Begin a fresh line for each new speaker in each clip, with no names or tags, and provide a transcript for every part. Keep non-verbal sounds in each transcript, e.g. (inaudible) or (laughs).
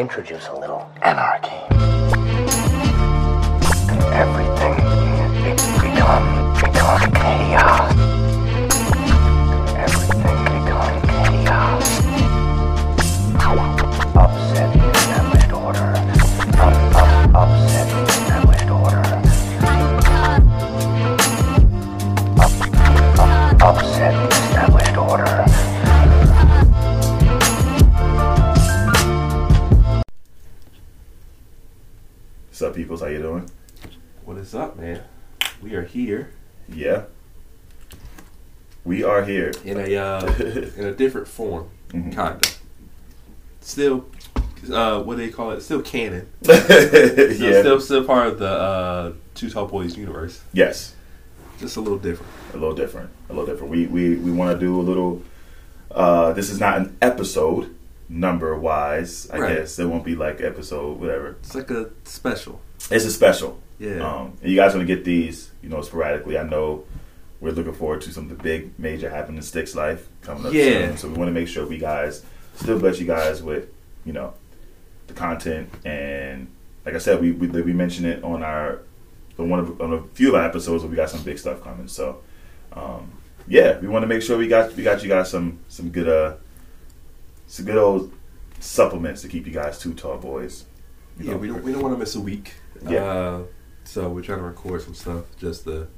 introduce a little anarchy. And everything be- become become chaos. Everything become chaos. Upset the established order. Up, up, upset the established order. Up, up, upset the established order.
What's up, peoples? How you doing?
What is up, man? We are here
Yeah, we are
(laughs)
here. (laughs)
in a uh, in a different form,
Mm-hmm.
kinda. Still, uh, what do they call it? Still canon. Still,
yeah.
still, still part of the uh, Two Tall Boys universe.
Yes,
Just a little different.
a little different. A little different. We we we want to do a little. Uh, this is not an episode number wise. I
Right.
guess it won't be like episode whatever.
It's like a special.
It's a special.
Yeah.
Um, and you guys want to get these, you know, sporadically. I know we're looking forward to some of the big major happening in Sticks Life coming up
Yeah.
soon. So we want to make sure we guys still bless you guys with, you know, the content. And like I said, we we, we mentioned it on our on one of on a few of our episodes where we got some big stuff coming. So um, yeah, we want to make sure we got we got you guys some some good uh some good old supplements to keep you guys two tall boys. you
yeah,
know,
we don't we don't want to miss a week.
Yeah.
Uh, so we're trying to record some stuff just the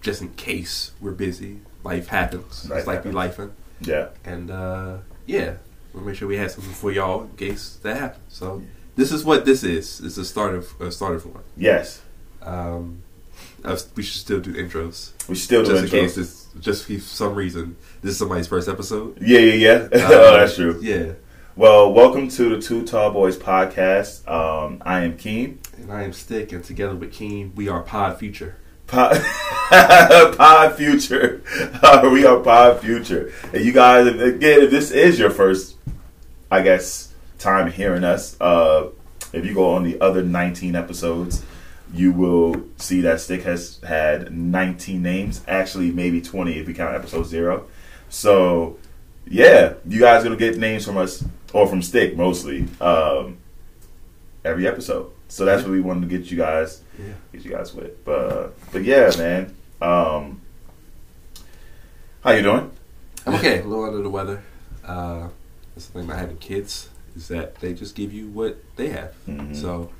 just in case we're busy. Life happens.
Life
it's like we lifing.
yeah.
And uh, yeah, we'll make sure we have something for y'all in case that happens. So this is what this is. It's a start of a start of one.
Yes.
Um, uh, we should still do intros
We still
just
doing
in case. This, just for some reason, this is somebody's first episode.
Yeah, yeah, yeah.
Uh,
(laughs) oh, that's true.
Yeah,
Well, welcome to the Two Tall Boys podcast. Um, I am Keen.
and I am Stick, and together with Keen, we are Pod Future.
Pod, (laughs) pod Future. (laughs) we are Pod Future. And you guys, if- again, if this is your first, I guess, time hearing us, uh, if you go on the other 19 episodes, you will see that Stick has had 19 names. Actually, maybe 20 if you count episode zero. So, yeah, you guys going to get names from us, or from Stick mostly, um, every episode. So that's what we wanted to get you guys
Yeah.
get you guys with. But uh, but yeah, man. Um, how you doing?
I'm okay. A little under the weather. Uh, that's the thing about having kids is that they just give you what they have.
Mhm.
So,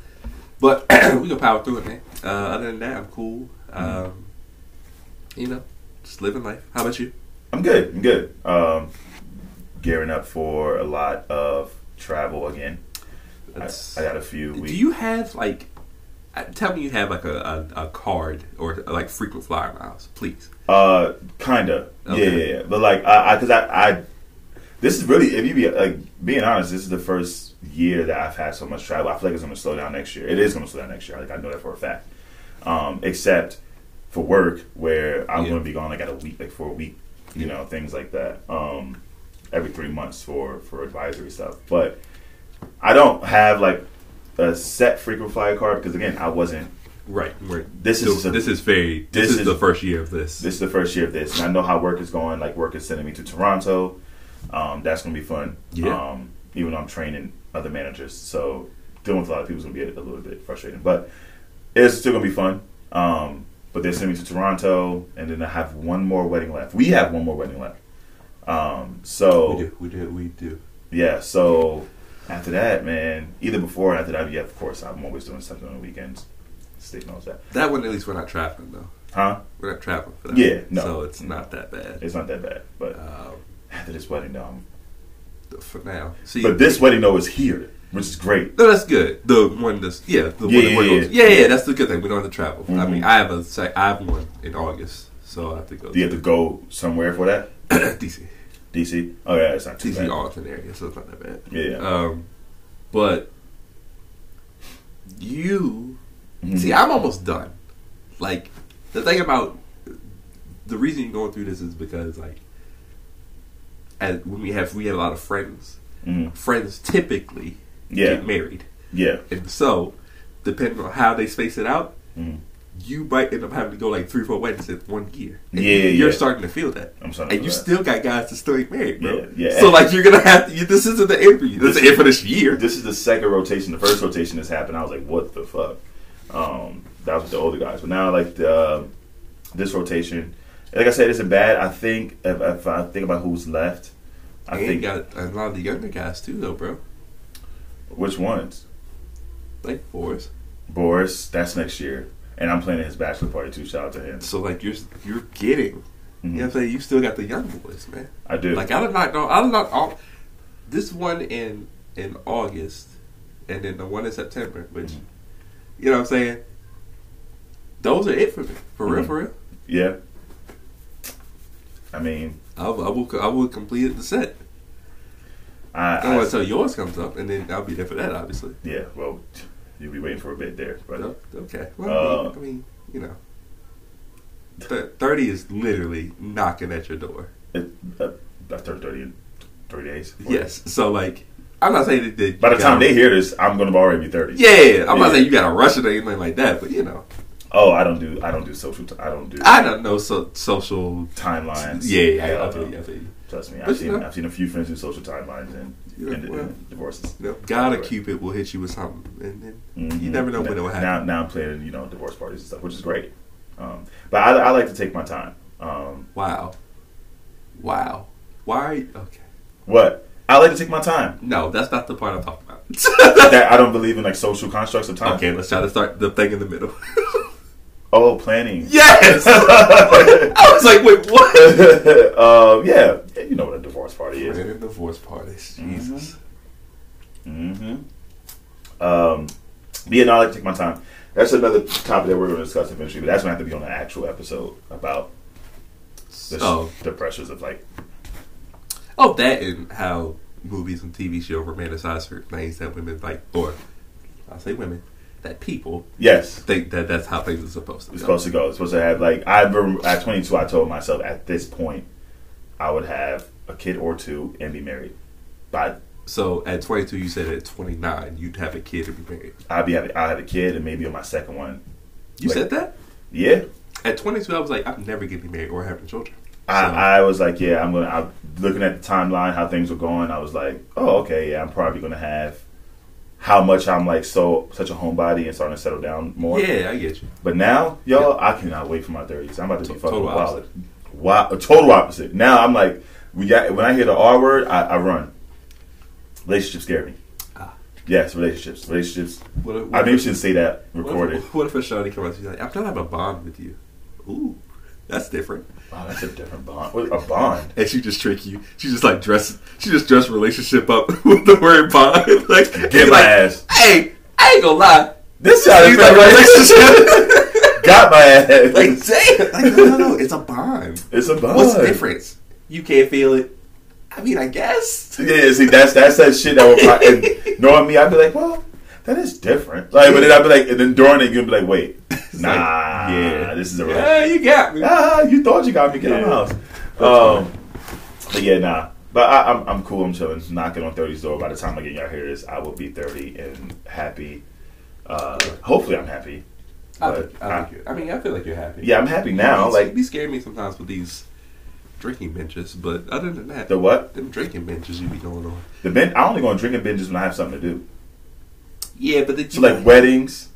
but (clears throat) we can power through it, man. Uh, other than that, I'm cool.
Mm-hmm.
Um, you know, just living life. How about you?
I'm good. I'm good. Um, gearing up for a lot of travel again. I,
That's-
I got a few.
do
weeks.
you have like? uh, Tell me you have like a, a, a card or like frequent flyer miles, please.
Uh, kinda.
Okay.
Yeah, yeah, yeah. But like, I, I, cause I, I, this is really, if you be like being honest, this is the first year that I've had so much travel. I feel like it's gonna slow down next year. It is gonna slow down next year. Like I know that for a fact. Um, except for work, where I'm
Yeah.
gonna be gone like at a week, like for a week, you know, things like that. Um, every three months for for advisory stuff. But I don't have like a set frequent flyer card because again, I wasn't
Right. Right.
This
So
is a-
this is very. This,
this
is,
is-
the first year of this.
this is the first year of this, and I know how work is going. Like work is sending me to Toronto. Um, that's gonna be fun.
Yeah.
Um, even though I'm training other managers, so dealing with a lot of people is gonna be a, a little bit frustrating, but it's still gonna be fun. Um, but they're sending me to Toronto, and then I have one more wedding left. We have one more wedding left. Um, so
we do. We do. We do.
yeah, so after that, man, either before or after that, yeah, of course, I'm always doing something on the weekends. Stick knows that,
That one at least we're not traveling though.
huh?
We're not traveling for that.
Yeah, no.
So it's not that bad.
It's not that bad, but
Um,
after this wedding, though, I'm
for now. See,
But this wedding though is here, which is great.
No, that's good. The one that's yeah,
Yeah,
the one that
yeah,
one
yeah.
goes- yeah, yeah, that's the good thing. We don't have to travel. I
Mhm.
mean, I have a sec- I have one in August, so I have to go
Do you have to go somewhere for that?
(coughs) to DC,
DC? Oh yeah, it's not too
DC
bad.
Arlington area, so it's not that bad.
Yeah, yeah.
Um, but you
Mhm.
see, I'm almost done. Like the thing about the reason you're going through this is because like, as when we have we have a lot of friends,
Mhm.
friends typically
Yeah.
get married.
Yeah.
And so, depending on how they space it out,
Mhm.
you might end up having to go like three, four weddings in one year. And
Yeah,
you're
yeah.
starting to feel that.
I'm sorry.
And you still got guys that still ain't married, bro.
Yeah, yeah.
So like you're gonna have to. You, this isn't the end for you. This is the end for this year.
This is the second rotation. The first rotation has happened. I was like, what the fuck? Um, that was with the older guys. But now, like the uh, this rotation, like I said, isn't bad. I think if, if I think about who's left, I
I and
think
think got a lot of the younger guys too, though, bro.
which ones?
Like Boris.
Boris. That's next year, and I'm planning his bachelor party too. Shout out to him.
So like you're you're getting. You
Mhm.
know what I'm saying? You still got the young boys, man.
I do.
Like I did not know. I did not. All, this one in in August, and then the one in September. Which,
Mm-hmm.
you know, what I'm saying. Those are it for me. For real,
Mhm.
for real.
yeah. I mean,
I, will- I will. I will complete the set.
I,
I
I
until yours comes up, and then I'll be there for that, obviously.
yeah. Well, you'll be waiting for a bit there, but
No? Okay. Well, I, mean,
Uh,
I mean, you know, Th- thirty is literally knocking at your door.
it, uh, I turned 30 in three days. four days.
Yes. So like, I'm not saying that. that
By the
you gotta-
time they hear this, I'm gonna already be thirty.
Yeah, I'm not
Yeah.
saying you gotta rush it or anything like that, but you know,
Oh, I don't do. I don't do social. T- I don't do
I don't know so, social.
timelines.
Yeah, yeah, yeah,
Hell
I feel
no.
you, I feel you.
Trust me,
But
I've
you
seen.
know.
I've seen a few friends do social timelines and,
Yeah,
and,
well.
and divorces.
You know, God or
Right.
Cupid will hit you with something, and then
Mhm.
you never know when it will happen.
Now, now I'm planning, you know, divorce parties and stuff, which is great. Um, but I, I like to take my time. Um,
Wow, wow, why? Are you, okay,
what? I like to take my time.
no, that's not the part I'm talking about. (laughs)
that I don't believe in like social constructs of time.
okay, let's try to start the thing in the middle. (laughs)
Oh, planning. (laughs)
yes, (laughs) I was like, wait, what?
um, yeah. yeah, you know what a divorce party is.
We're in divorce parties, Jesus.
Mm-hmm. Um, but yeah, no, I like to take my time. That's another topic that we're going to discuss eventually, but that's going to have to be on an actual episode about the,
Oh,
the pressures of like,
oh, that and how movies and TV show romanticize certain things that women like, or I say women, that people
yes,
think that that's how things are supposed to
it's
go.
supposed to go. It's supposed to have like, I rem- at 22, I told myself at this point, I would have a kid or two and be married. By
So at 22, you said at 29, you'd have a kid and be married.
I'd be having, I'll have a kid and maybe on my second one.
You
Like-
said that?
Yeah.
At 22, I was like, I'm never getting married or having children.
I,
So-
I was like, yeah, I'm gonna. I'm looking at the timeline, how things were going. I was like, oh, okay, yeah, I'm probably gonna have how much I'm like so such a homebody and starting to settle down more.
Yeah, I get you.
But now, y'all, I cannot wait for my thirties. I'm about to be
To-
fucking
total
wild. Wow, total opposite. Now I'm like, we got when I hear the R word, I, I run. Relationships scare me.
Ah.
Yes, relationships, relationships.
What if,
I maybe shouldn't say that
what
recorded.
if, what if a shawty comes up to you like, I'm trying to have a bond with you? Ooh, that's different.
Wow, that's a different bond. What- A bond.
And she just trick you. She just like dress. She just dress relationship up (laughs) with the word bond. (laughs) like, and
Get
you're
my
like,
ass.
Hey, I ain't gonna lie.
This
She's
sounds
like relationship. (laughs)
Got my ass.
like, damn. Like, no, no, no. It's a bond.
It's a bond.
What's the difference? You can't feel it. I mean, I guess.
Yeah, see, that's that's that shit that would
(laughs)
probably, and knowing me, I'd be like, well, that is different. Like, but then I'd be like, and then during it, you'd be like,
(laughs)
wait, nah,
like,
yeah,
yeah.
this is a
Yeah, you got me.
ah, you thought you got me, get out
Yeah.
of the house. Um, but yeah, nah. But I, I'm I'm cool. I'm chilling. Knocking on 30's door. By the time I get y'all hear this, I will be 30 and happy. Uh, hopefully, I'm happy.
I,
But
think- I, think you're- I mean, I feel like you're happy.
Yeah, I'm happy now.
These-
Like
these scare me sometimes with these drinking benches, but other than that,
the what?
them drinking benches you be going on.
The ben- I only go on drinking binges when I have something to do.
Yeah, but then
So like weddings,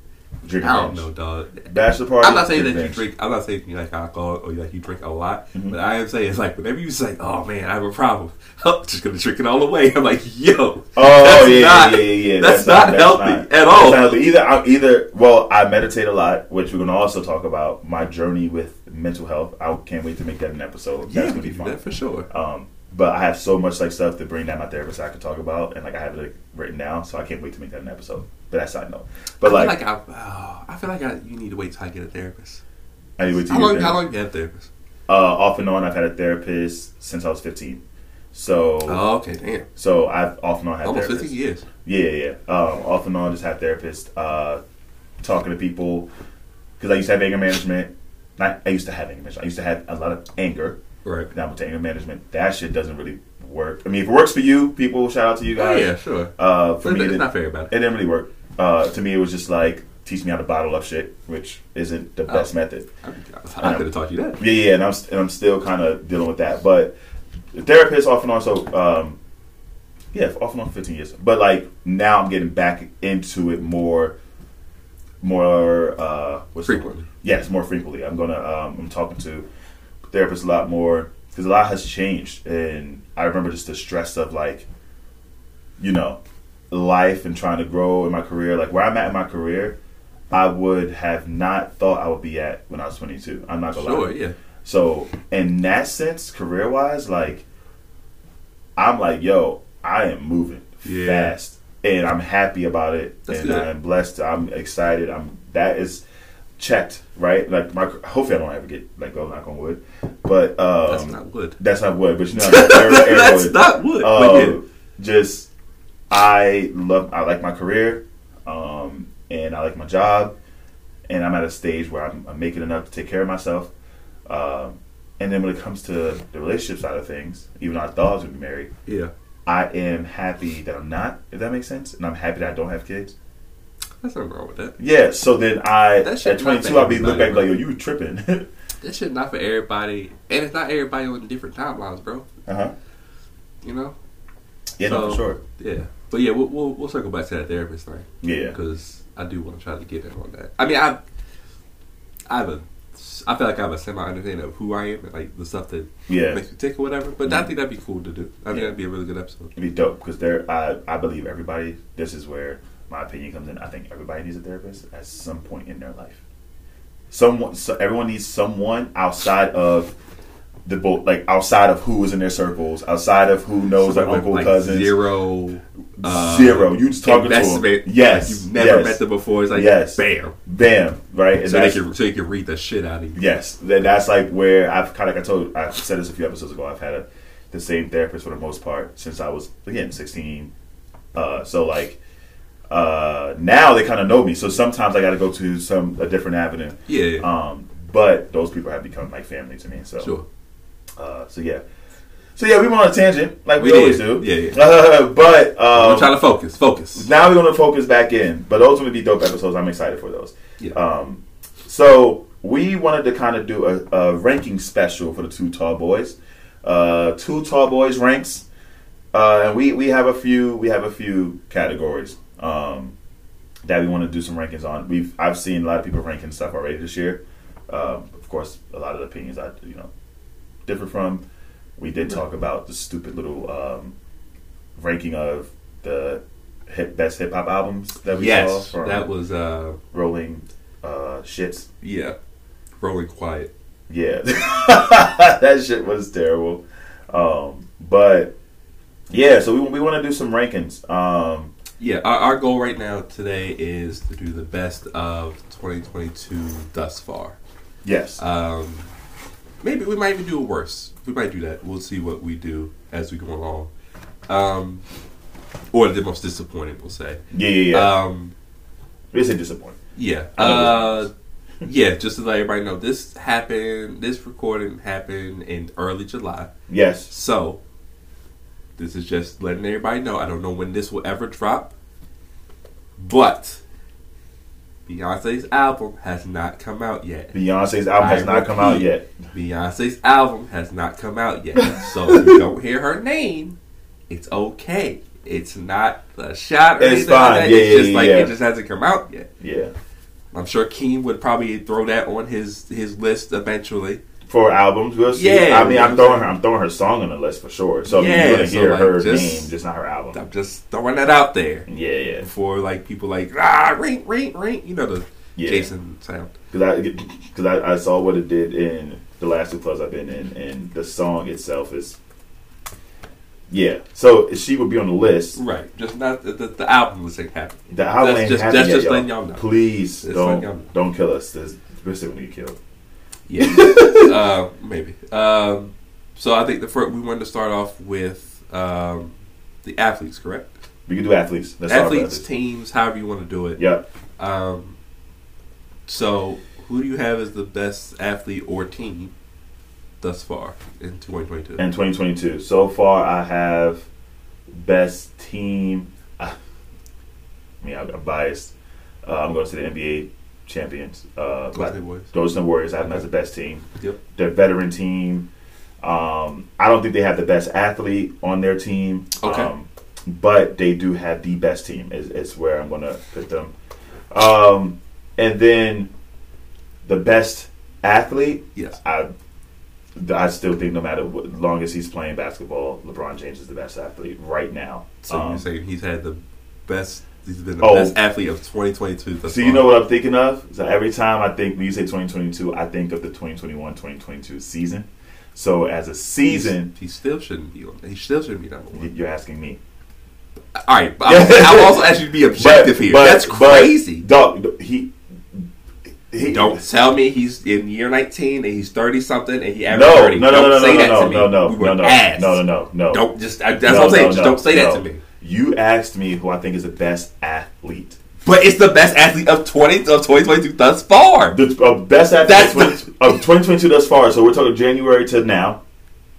drinking.
I don't
binge.
know, dog.
Bachelor party.
I'm not saying that you drink. I'm not saying you like alcohol or like you drink a lot,
Mhm.
but I am saying it's like whenever you say, "Oh man, I have a problem," (laughs) I'm just gonna drink it all away. I'm like, "Yo,
Oh
That's
yeah,
not-
yeah, yeah, yeah.
that's not healthy at
that's
all.
not healthy. Either I'm either well, I meditate a lot, which we're gonna also talk about my journey with mental health. I can't wait to make that an episode.
yeah,
that's
we
gonna be
can do
fun.
that for sure."
Um, but I have so much like stuff to bring that my therapist I can talk about, and like I have it like, written down, so I can't wait to make that an episode. But that's side note. But
I feel
like,
like I, oh, I feel like I, you need to wait till I get a therapist.
I need to wait to
How
you
long?
then.
How long you have therapist?
Uh, off and on, I've had a therapist since I was 15. So,
Oh, okay, damn,
so I've off and on had
almost
therapists.
15 years.
Yeah, yeah. yeah. Um, off and on, just have therapists, uh, talking to people. Because I used to have anger management. Not, I used to have anger management. I used to have a lot of anger.
Right.
Now I'm to anger management. That shit doesn't really work. I mean, if it works for you, people, shout out to you
Oh
guys.
yeah, sure.
Uh, for
But
me, it
it's
didn't,
not fair about
it
it.
didn't really work. Uh, to me, it was just like teach me how to bottle up shit, which isn't
Oh.
the best method.
I, I, I could have taught you that.
Yeah, yeah, and I'm st- and I'm still kind of dealing with that. But the therapist off and on. So um, yeah, off and on for 15 years. But like now, I'm getting back into it more, more uh, what's the word?
Frequently.
Yes, more frequently. I'm gonna. Um, I'm talking to therapists a lot more because a lot has changed, and I remember just the stress of like, you know, life and trying to grow in my career. Like where I'm at in my career, I would have not thought I would be at when I was 22. I'm not gonna
Sure,
lie.
yeah.
So in that sense, career wise, like I'm like, yo, I am moving
Yeah.
fast, and I'm happy about it,
That's
and
good.
I'm blessed. I'm excited. I'm that is checked right. Like my hopefully I don't ever get let go. Knock on wood, but um,
That's not wood.
that's not wood. But you know, every- every
(laughs) That's
wood.
not wood.
Uh,
but yeah.
Just I love I like my career, um, and I like my job, and I'm at a stage where I'm, I'm making enough to take care of myself. Um, and then when it comes to the relationship side of things, even though I thought I was gonna be married,
Yeah.
I am happy that I'm not. If that makes sense, and I'm happy that I don't have kids.
That's nothing wrong with that.
Yeah. So then I
That shit
at 22, I'll be look back like yo, you were tripping. (laughs)
That shit not for everybody, and it's not everybody on different timelines, bro.
uh huh.
You know.
Yeah, no, for
So-
sure.
Yeah. But yeah, we'll we'll, we'll circle back to that therapist thing
Yeah.
because I do want to try to get in on that. I mean, I I have a I feel like I have a semi understanding of who I am and like the stuff that
Yeah.
makes me tick or whatever. But I think that'd be cool to do. I think
Yeah.
that'd be a really good episode.
It'd be dope because there, I, I believe everybody. This is where my opinion comes in. I think everybody needs a therapist at some point in their life. Someone, so everyone needs someone outside of the boat, like outside of who is in their circles, outside of who knows their
Somebody with,
uncle,
like,
cousins. Zero.
Zero. uh,
You just talking to them.
investment.
Yes,
Like, you've never
yes.
met them before. It's like
Yes.
bam.
Bam. Right. And
So they
that's-
can so you can read the shit out of you.
Yes, that, that's like where I've kind of like I told I said this a few episodes ago. I've had a, the same therapist for the most part since I was again sixteen. Uh, so like uh, now they kind of know me. So sometimes I got to go to some a different avenue.
Yeah.
Um, but those people have become like family to me. So
Sure.
uh, so yeah. So yeah, we went on a tangent like we,
We
always
did.
do.
Yeah,
Uh, (laughs) but
I'm
um,
trying to focus. Focus.
now we're gonna focus back in. But those would be dope episodes. I'm excited for those.
Yeah.
Um, so we wanted to kind of do a, a ranking special for the two tall boys. Uh, two tall boys ranks, uh, and we we have a few we have a few categories um, that we want to do some rankings on. We've I've seen a lot of people ranking stuff already this year. Um, of course, a lot of the opinions I you know differ from. We did talk about the stupid little um, ranking of the hip, best hip hop albums that we
yes,
saw from
that was uh
Rolling uh, Shits.
yeah, rolling quiet.
Yeah, (laughs) that shit was terrible. Um, but yeah, so we we want to do some rankings. Um,
Yeah, our, our goal right now today is to do the best of 2022 thus far.
yes,
Um, maybe we might even do it worse. We might do that. We'll see what we do as we go along. Um, or the most disappointing, we'll say.
yeah, yeah, yeah.
Um,
it's a disappointment.
Yeah.
I know
Uh, yeah, just to let everybody know, this happened, this recording happened in early July.
Yes,
So, this is just letting everybody know. I don't know when this will ever drop, but Beyonce's album has not come out yet.
Beyonce's album has
I
not come out
repeat.
yet.
Beyonce's album has not come out yet. So, if you don't hear her name, it's okay. It's not a shot or
It's
anything like
fine.
that.
Yeah,
it's
yeah,
just
yeah,
like
yeah.
it just hasn't come out yet.
Yeah,
I'm sure Keem would probably throw that on his his list eventually.
for albums, we'll see.
Yeah.
I mean, I'm throwing her, I'm throwing her song on the list for sure. So
Yeah,
you're gonna
so,
hear
like,
her
just-
name, just not her album.
I'm just throwing that out there
Yeah, yeah,
before like people like ah ring ring ring you know the
yeah.
Jason sound.
because I because I, I saw what it did in the last two clubs I've been in, and the song itself is yeah. So she would be on the list.
Right, just not the, the, the album was like happening.
The album
That's
ain't
just-
happened
that's
yet,
just
y'all.
letting y'all know.
Please
That's
don't
letting y'all know.
don't kill us. This we're still gonna get killed.
Yeah, (laughs) uh, maybe. Um, so I think the first we wanted to start off with um, the athletes, correct?
We can do athletes. Let's start with
athletes, teams, however you want to do it.
Yep.
Um, so who do you have as the best athlete or team thus far in 2022?
And 2022 so far, I have best team. I mean, I'm I'm biased. Uh, I'm going to say the NBA champions. Uh,
Golden
but
State Warriors.
Golden State Warriors I have them as the best team.
Yep.
They're a veteran team. Um, I don't think they have the best athlete on their team.
Okay.
Um, but they do have the best team. Is, is where I'm going to put them. Um, and then the best athlete.
Yes.
I I still think no matter what, long as he's playing basketball, LeBron James is the best athlete right now.
So
Um,
you're saying he's had the best. He's been the
Oh.
best athlete of 2022. thus
so you
far.
know what I'm thinking of? So every time I think when you say 2022, I think of the 2021-2022 season. So as a season,
He's- He still shouldn't be on. He still shouldn't be number
y-
one.
you're asking me.
All right, but I will also ask you
(laughs)
to be objective here. That's crazy.
But, dog, he, he
Don't tell me he's in year 19 and he's 30 something and he
No,
averaged
no,
30.
no, no,
don't
no,
say
no,
that
no,
to me.
no, no,
we
no,
were
no,
ass.
no, no, no, no.
Don't just. I, that's
No,
what I'm saying.
no,
just
no,
don't say that
no.
to me.
You asked me who I think is the best athlete.
But it's the best athlete of 20 of 2022 thus far.
The uh, best athlete
That's
of 20 of 2022 thus far. So we're talking January to now.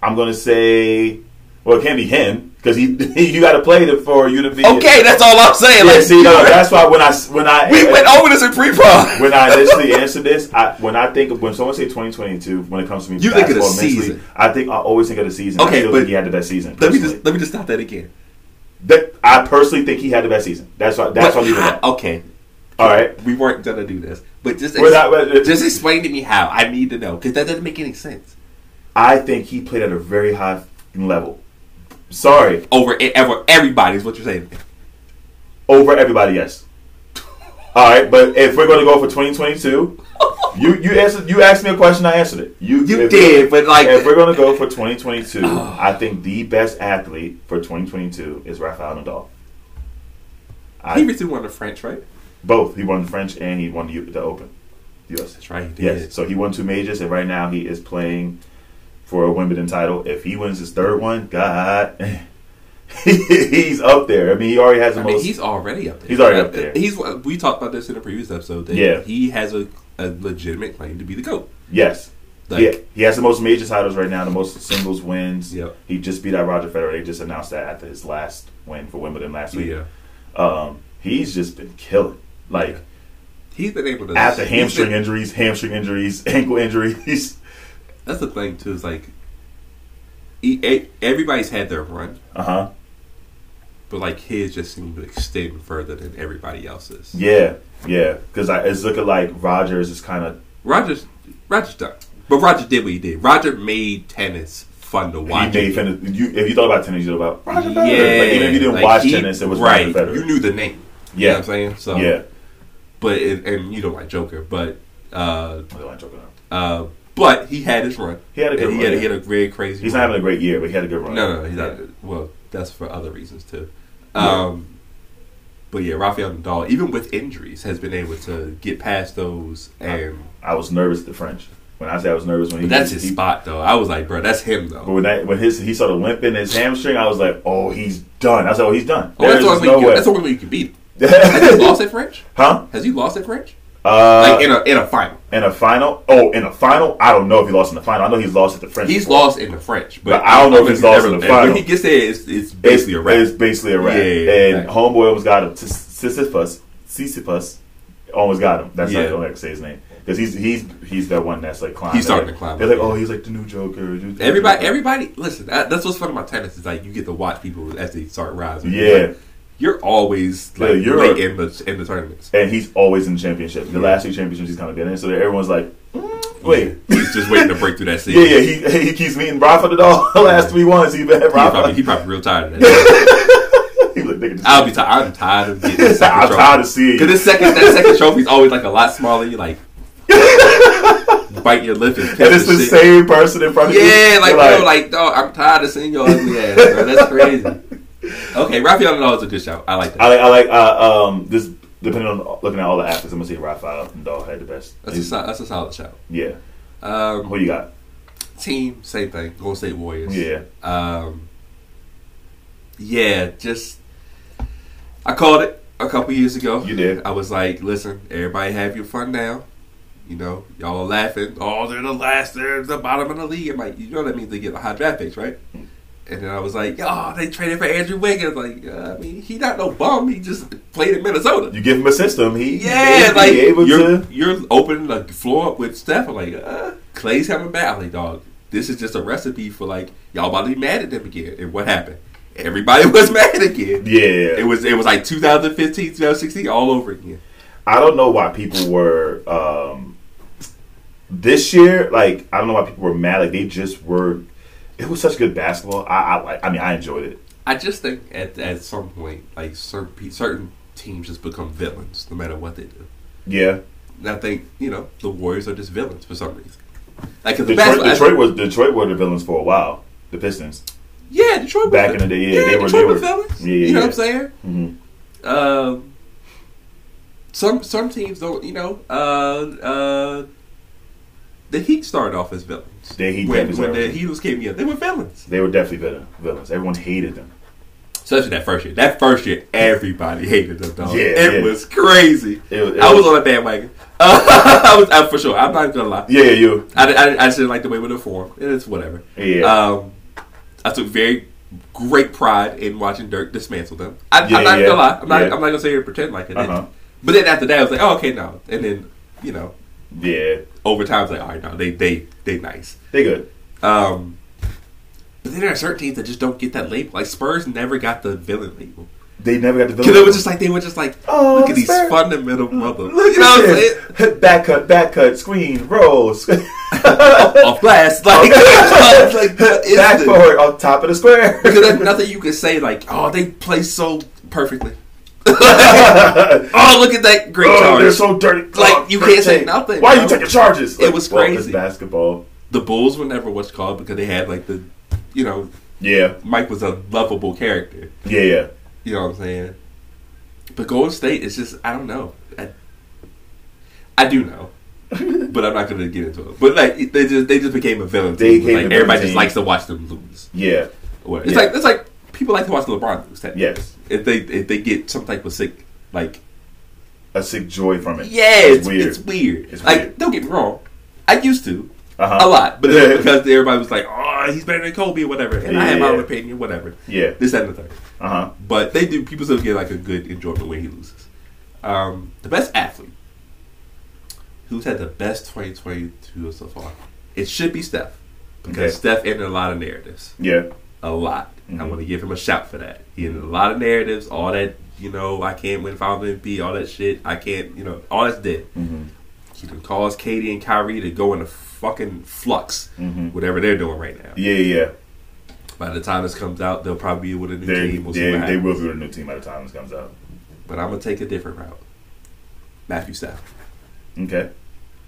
I'm going to say, well, it can't be him because he (laughs) you got to play it for you to be
Okay, that's all I'm saying.
Yeah,
like,
see, no, that's why when I s- when I
(laughs) we went over this in pre-pro.
when I initially answer this, I, when I think of when someone say 2022, when it comes to me,
You think of the
basketball mentally,
season.
I think I always think of the season. I
Okay,
still
but
think he had the best season.
(laughs) let me
personally.
just let me just stop that again.
That- I personally think he had the best season. That's why. That's
But
why I'm leaving
how-
that.
okay,
All right.
we weren't gonna do this, but just
We're
ex-
not- we're-
just explain to me how I need to know because that doesn't make any sense.
I think he played at a very high level. Sorry,
Over e- ever everybody is what you're saying.
over everybody. Yes. All right, but if we're going to go for 2022, you you answered you asked me a question. I answered it. You
You
if-
did, but like
If we're going to go for 2022, I think the best athlete for 2022 is Rafael Nadal.
he
I,
recently won the French, right?
both he won the French and he won the, U- the Open, U.S.
That's right. He did.
Yes. So he won two majors, and right now he is playing for a Wimbledon title. If he wins his third one, God, (laughs) he's up there. I mean, he already has the
I
most.
mean, he's already up there. Uh,
He's already up there.
He's we talked about this in the previous episode. That
Yeah.
he has a, a legitimate claim to be the goat.
yes.
Like,
yeah, he has the most major titles right now, the most singles wins.
Yep.
He just beat out Roger Federer. They just announced that after his last win for Wimbledon last week.
yeah.
Um, he's just been killing. Like
He's been able to
after
he's been-
hamstring injuries, hamstring injuries, (laughs) ankle injuries.
That's the thing too. Is like he, e- everybody's had their run,
Uh huh.
but like his just seemed to extend further than everybody else's.
Yeah, yeah. Because it's looking like Rogers is kind of
Roger's Roger's done, but Roger did what he did. Roger made tennis fun to
He
watch.
made Federer. You, if you thought about tennis, you thought about Roger
yeah,
Federer. Like, even if you didn't
like,
watch
he-
tennis, it was
right.
Roger Federer.
You knew the name. You know
yeah,
what I'm saying Oh. so.
yeah.
but it, and you don't like Joker, but uh,
Oh, I'm joking around.
uh, but he had his run.
He had a good
and he
run,
Had, he
yeah.
had a very crazy.
He's not
run.
having a great year, but he had a good run.
No, no, he's
Yeah.
not. Well, that's for other reasons too.
Yeah.
Um, But yeah, Rafael Nadal, even with injuries, has been able to get past those. And
I was nervous. at The French. When I say I was nervous, when he
but that's his
he-
spot though. I was like, bro, that's him
But
though.
when that, when his he started limping his hamstring, I was like, oh, he's done. I said, oh, he's done.
Oh, that's
There's
the only
no
way. you, can-
way.
that's the only way you can beat. Him.
(laughs)
Has he lost at French?
huh?
Has he lost at French?
Uh,
Like in a in a final,
in a final? Oh, in a final? I don't know if he lost in the final. I know he's lost at the French.
he's
before.
lost in the French, but,
But I don't know if he's lost
never-
in the final.
When he gets there, it's, it's
It's,
basically a wrap.
it's basically a wrap.
Yeah, yeah, yeah,
and
right.
homeboy almost got him. Sis- Sisyphus, Sisyphus, almost got him. That's
Yeah.
not I don't like to say his name because he's he's he's that one that's like climbing.
He's starting to climb
They're
up,
like,
yeah.
oh, he's like the new Joker. dude, the new
Everybody,
Joker."
everybody, listen. That, that's what's fun about tennis is like you get to watch people as they start rising.
Yeah,
you're always like
Yeah, you're-
late in the in the tournaments.
and he's always in the championship. The last two championships he's kind of been in, so everyone's like, mm, wait.
he's just waiting to break
(laughs)
through that
Yeah,
season.
yeah, he he keeps meeting Rafa the dog. (laughs) The last three ones he's been at
He probably,
Rafa.
he probably real tired
(laughs)
of that.
He like, "Nigga, just-
I'll be tired. I'm tired
(laughs)
of getting the second
I'm
trophy.
tired of seeing
Because
you.
this second that second trophy's always like a lot smaller. You like bite your lip
(laughs)
and,
And it's the
shit.
same person in front of you.
Yeah, like
You're
bro, like dog, I'm tired of seeing your ugly ass.
(laughs)
Bro. That's crazy. Okay, Rafael Nadal is a good shout. I like that.
I like, I like uh, um, this. Depending on looking at all the athletes, I'm gonna say Rafael Nadal had the best.
That's a sol- that's a solid shout.
yeah.
Um,
Who you got?
team, same thing. Golden State Warriors.
Yeah.
Um, yeah, just I called it a couple years ago.
You did.
I was like, listen, everybody have your fun now. You know, y'all are
Hmm.
laughing. Oh, they're the last. They're the bottom of the league. I'm like, you know that means they get a high draft picks, right? And then I was like, "Y'all, they traded for Andrew Wiggins." Like, uh, I mean, he not no bum. He just played in Minnesota.
You give him a system, he
Yeah,
he
like
able
you're
to.
you're opening the floor up with Steph. I'm Like, uh, Clay's having bad. Like, dog, this is just a recipe for like y'all about to be mad at them again. And what happened? Everybody (laughs) was mad again.
Yeah,
It was it was like 2015, 2016, all over again.
I don't know why people were um, this year. Like I don't know why people were mad. Like they just were. It was such good basketball. I, I like. I mean, I enjoyed it.
I just think at at some point, like certain pe- certain teams just become villains, no matter what they do.
Yeah,
And I think you know the Warriors are just villains for some reason. Like 'cause
Detroit,
the basketball-
Detroit was Detroit were the villains for a while. The Pistons.
yeah, Detroit was
back in the day, yeah, they were-
Detroit
they
was
were-
villains.
yeah,
you
yeah.
know what I'm saying?
Mhm.
Um, some some teams don't, you know. Uh, uh, the Heat started off as villains.
The Heat
when,
definitely
when the
started.
Heatles came in, they were villains.
They were definitely villain, villains. Everyone hated them.
Especially that first year. That first year, everybody hated them. Dog.
Yeah,
it
yeah.
was crazy.
It was- it
I was,
was-
on a bandwagon. (laughs) I was I, for sure. I'm not gonna lie.
Yeah, you.
I, I, I just didn't like the way we were formed. It's whatever.
Yeah.
Um, I took very great pride in watching Dirk dismantle them. I,
Yeah,
I'm not
yeah,
gonna lie. I'm not.
yeah.
I'm not gonna sit here and pretend like it. didn't.
Uh-huh.
But then after that, I was like, oh, okay, no. And then you know,
yeah,
over time, I was like, all right, no, they they they nice.
they good.
Um, but then there are certain teams that just don't get that label. Like Spurs never got the villain label
They never got the villain.
because it was just like they were just like,
Oh,
look at these
Spurs.
fundamental mother.
Look
you know what I'm
this. (laughs)
saying?
Back cut, back cut, screen, rolls. (laughs)
Off glass, like, (laughs) like what is
back
this?
forward on top of the square.
Because
(laughs)
there's nothing you can say like, oh, they play so perfectly. Oh, look at that great
oh, they're
charge.
so dirty.
Like,
Oh,
you
dirty
can't say
tape.
nothing,
Why are you
bro.
taking charges?
It was
well,
crazy.
it's basketball.
the Bulls were never what's called because they had like the, you know,
Yeah,
Mike was a lovable character.
yeah, yeah. (laughs)
You know what I'm saying? But Golden State is just I don't know. I, I do know, but I'm not going to get into it. But like they just they just became a villain.
They
team.
became
like
a villain
everybody
team.
just likes to watch them lose.
Yeah,
Or whatever. It's
Yeah.
like it's like people like to watch LeBron lose. technically.
yes.
If they if they get some type of sick like
A sick joy from it.
Yeah,
It's
it's,
weird.
It's weird.
It's
like,
weird.
don't get me wrong. I used to
Uh-huh.
a lot, but then (laughs) because everybody was like, "Oh, he's better than Kobe or whatever," and I had my own
Yeah.
opinion, whatever.
Yeah.
This that, and the third.
Uh huh.
But they do. People still get like a good enjoyment when he loses. Um, the best athlete who's had the best 2022 so far, it should be Steph because
Okay.
Steph ended a lot of narratives
Yeah.
a lot. I
Mhm.
want to give him a shout for that. He had a lot of narratives, all that, you know, I can't win final MVP, all that shit. I can't, you know, all that's dead.
Mhm.
He can cause Katie and Kyrie to go in a fucking flux,
Mhm.
whatever they're doing right now.
Yeah, yeah.
By the time this comes out, they'll probably be with a new
They,
team. We'll see
they,
what
they
happens.
will be with a new team by the time this comes out.
But I'm going to take a different route. Matthew Stafford.
Okay.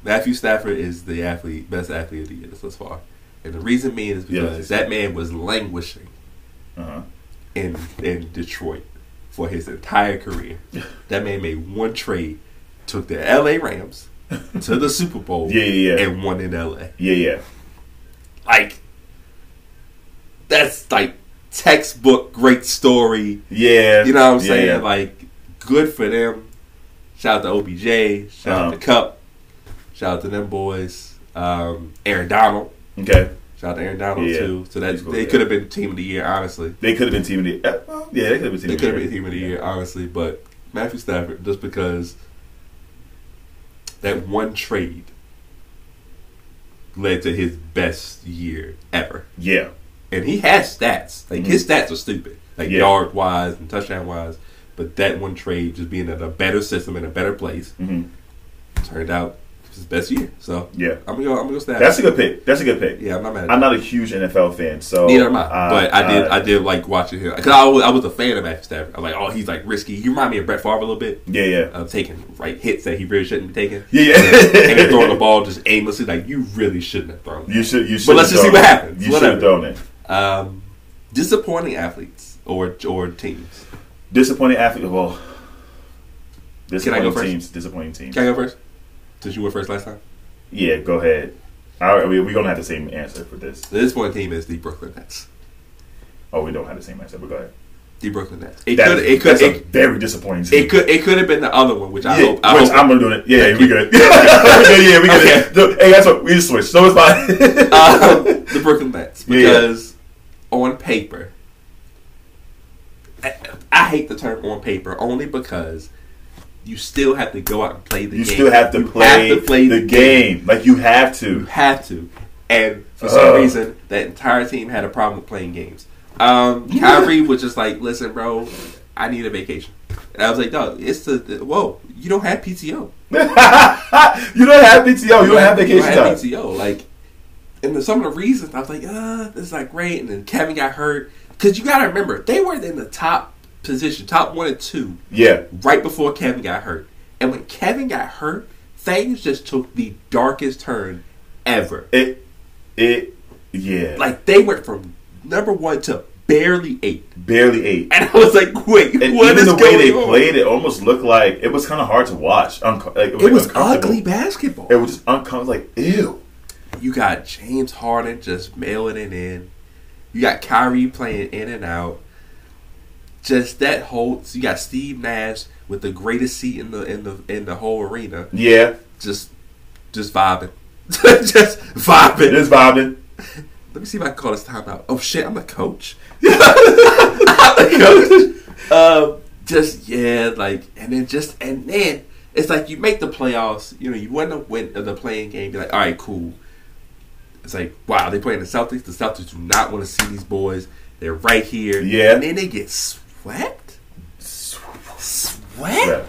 Matthew Stafford is the athlete, best athlete of the year thus far. And the reason being is
Yes.
because that man was languishing
Uh huh.
in in Detroit for his entire career.
(laughs)
That man made one trade, took the LA Rams
(laughs)
to the Super Bowl
Yeah, yeah, yeah.
and won in LA.
Yeah, yeah.
Like that's like textbook great story.
Yeah.
You know what I'm
Yeah,
saying?
yeah.
Like good for them. Shout out to OBJ, shout out
Uh-huh.
to Cup, shout out to them boys. Um, Aaron Donald.
Okay.
Shout out to Aaron Donald
Yeah.
too. So that
He's cool,
they
yeah.
could have been team of the year, honestly.
They could have been team of the year. Eh, well, Yeah, they could have been team
They
of the
could
year.
have been team of the year, honestly, but Matthew Stafford, just because that one trade led to his best year ever.
Yeah.
And he has stats. Like his stats are stupid. Like
Mm-hmm. Yeah.
yard wise and touchdown wise. But that one trade just being in a better system in a better place
hmm
turned out his best year. So
Yeah.
I'm gonna go I'm gonna go Stafford.
That's a good pick. That's a good pick.
yeah, I'm not mad at
I'm not a huge NFL fan, so
Neither am I.
uh,
but I did.
uh,
I did like watching him because I was, I was a fan of Matthew Stafford. I'm like, oh, he's like risky. You remind me of Brett Favre a little bit
yeah, yeah,
of taking right hits that he really shouldn't be taking.
yeah, yeah.
(laughs) and then throwing the ball just aimlessly, like you really shouldn't have thrown.
(laughs) You should. You should.
let's just see what happens.
You should
Whatever.
have thrown it.
Um, disappointing athletes or or teams.
Disappointing athlete. Well, disappointing
first?
teams. Disappointing teams.
Can I go first? Since you went first last time,
Yeah, go ahead. All right, we, we're gonna have the same answer for this.
the disappointing team is the Brooklyn Nets.
Oh, we don't have the same answer, but go ahead.
The Brooklyn Nets. It
That-
could. It could.
that's
It,
a very disappointing.
it
Team.
could. It could have been the other one, which I
yeah,
hope. I
which
hope.
I'm gonna do it. Yeah, yeah, we good. (laughs) yeah, we good.
Okay.
No, Hey, that's what we just switched. So it's fine.
(laughs) um, the Brooklyn Nets
Yeah, yeah.
because on paper. I, I hate the term on paper only because you still have to go out and play the
(laughs) You
game.
still have to,
You
play,
have to play
the, game. Like you have to. (laughs)
You have to. And for some
Ugh.
reason, that entire team had a problem with playing games. Um, Kyrie was just like, "Listen, bro, I need a vacation." And I was like, "Dog, it's the, the whoa. You don't have PTO.
you don't have PTO. You don't have vacation
you
time.
don't have PTO. Like, and the, some of the reasons I was like, uh, this is not great. And then Kevin got hurt because you got to remember they were in the top position, top one and two,
Yeah.
right before Kevin got hurt. And when Kevin got hurt, things just took the darkest turn ever.
It. It. Yeah.
Like they went from number one to barely eight,
barely eight.
and I was like, wait,
And
what
even
is
the way
going
they
on?
played, it almost looked like it was kind of hard to watch. Unco- like,
it was
uncomfortable.
ugly basketball.
It was just uncomfortable. Like ew.
You got James Harden just mailing it in. You got Kyrie playing in and out. Just that whole you got Steve Nash with the greatest seat in the in the in the whole arena.
Yeah.
Just just vibing. (laughs) just vibing.
It is vibing.
Let me see if I can call this timeout. Oh shit, I'm the (laughs) coach. I'm the coach. Um, just yeah, like, and then just and then it's like you make the playoffs. You know, you win the win of the playing game. You're like, all right, cool. It's like, wow, they playing the Celtics. The Celtics do not want to see these boys. They're right here.
Yeah.
and then they get swept. Swept.
Yeah.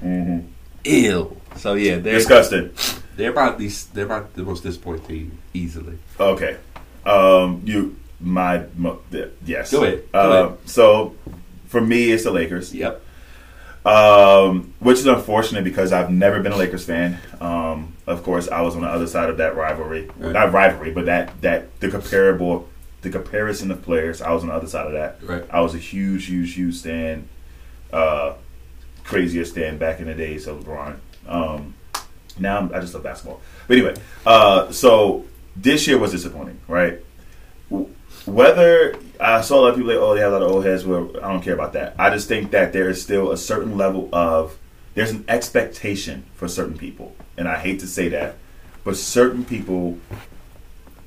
hmm
Mm-hmm. Ew. So yeah, they're
Disgusting.
they're about the they're about the most disappointing team easily.
Okay. Um, you, my, mo- th- yes.
Go ahead. Go
Uh,
ahead.
So, for me, it's the Lakers.
Yep.
Um, which is unfortunate because I've never been a Lakers fan. Um, of course, I was on the other side of that rivalry,
Right.
not rivalry, but that that the comparable, the comparison of players. I was on the other side of that.
Right.
I was a huge, huge, huge stand, uh, craziest stand back in the days of LeBron. Um, now I'm, I just love basketball. But anyway, uh, so this year was disappointing, right? W- Whether I saw a lot of people like, oh, they have a lot of old heads. Well, I don't care about that. I just think that there is still a certain level of there's an expectation for certain people, and I hate to say that, but certain people,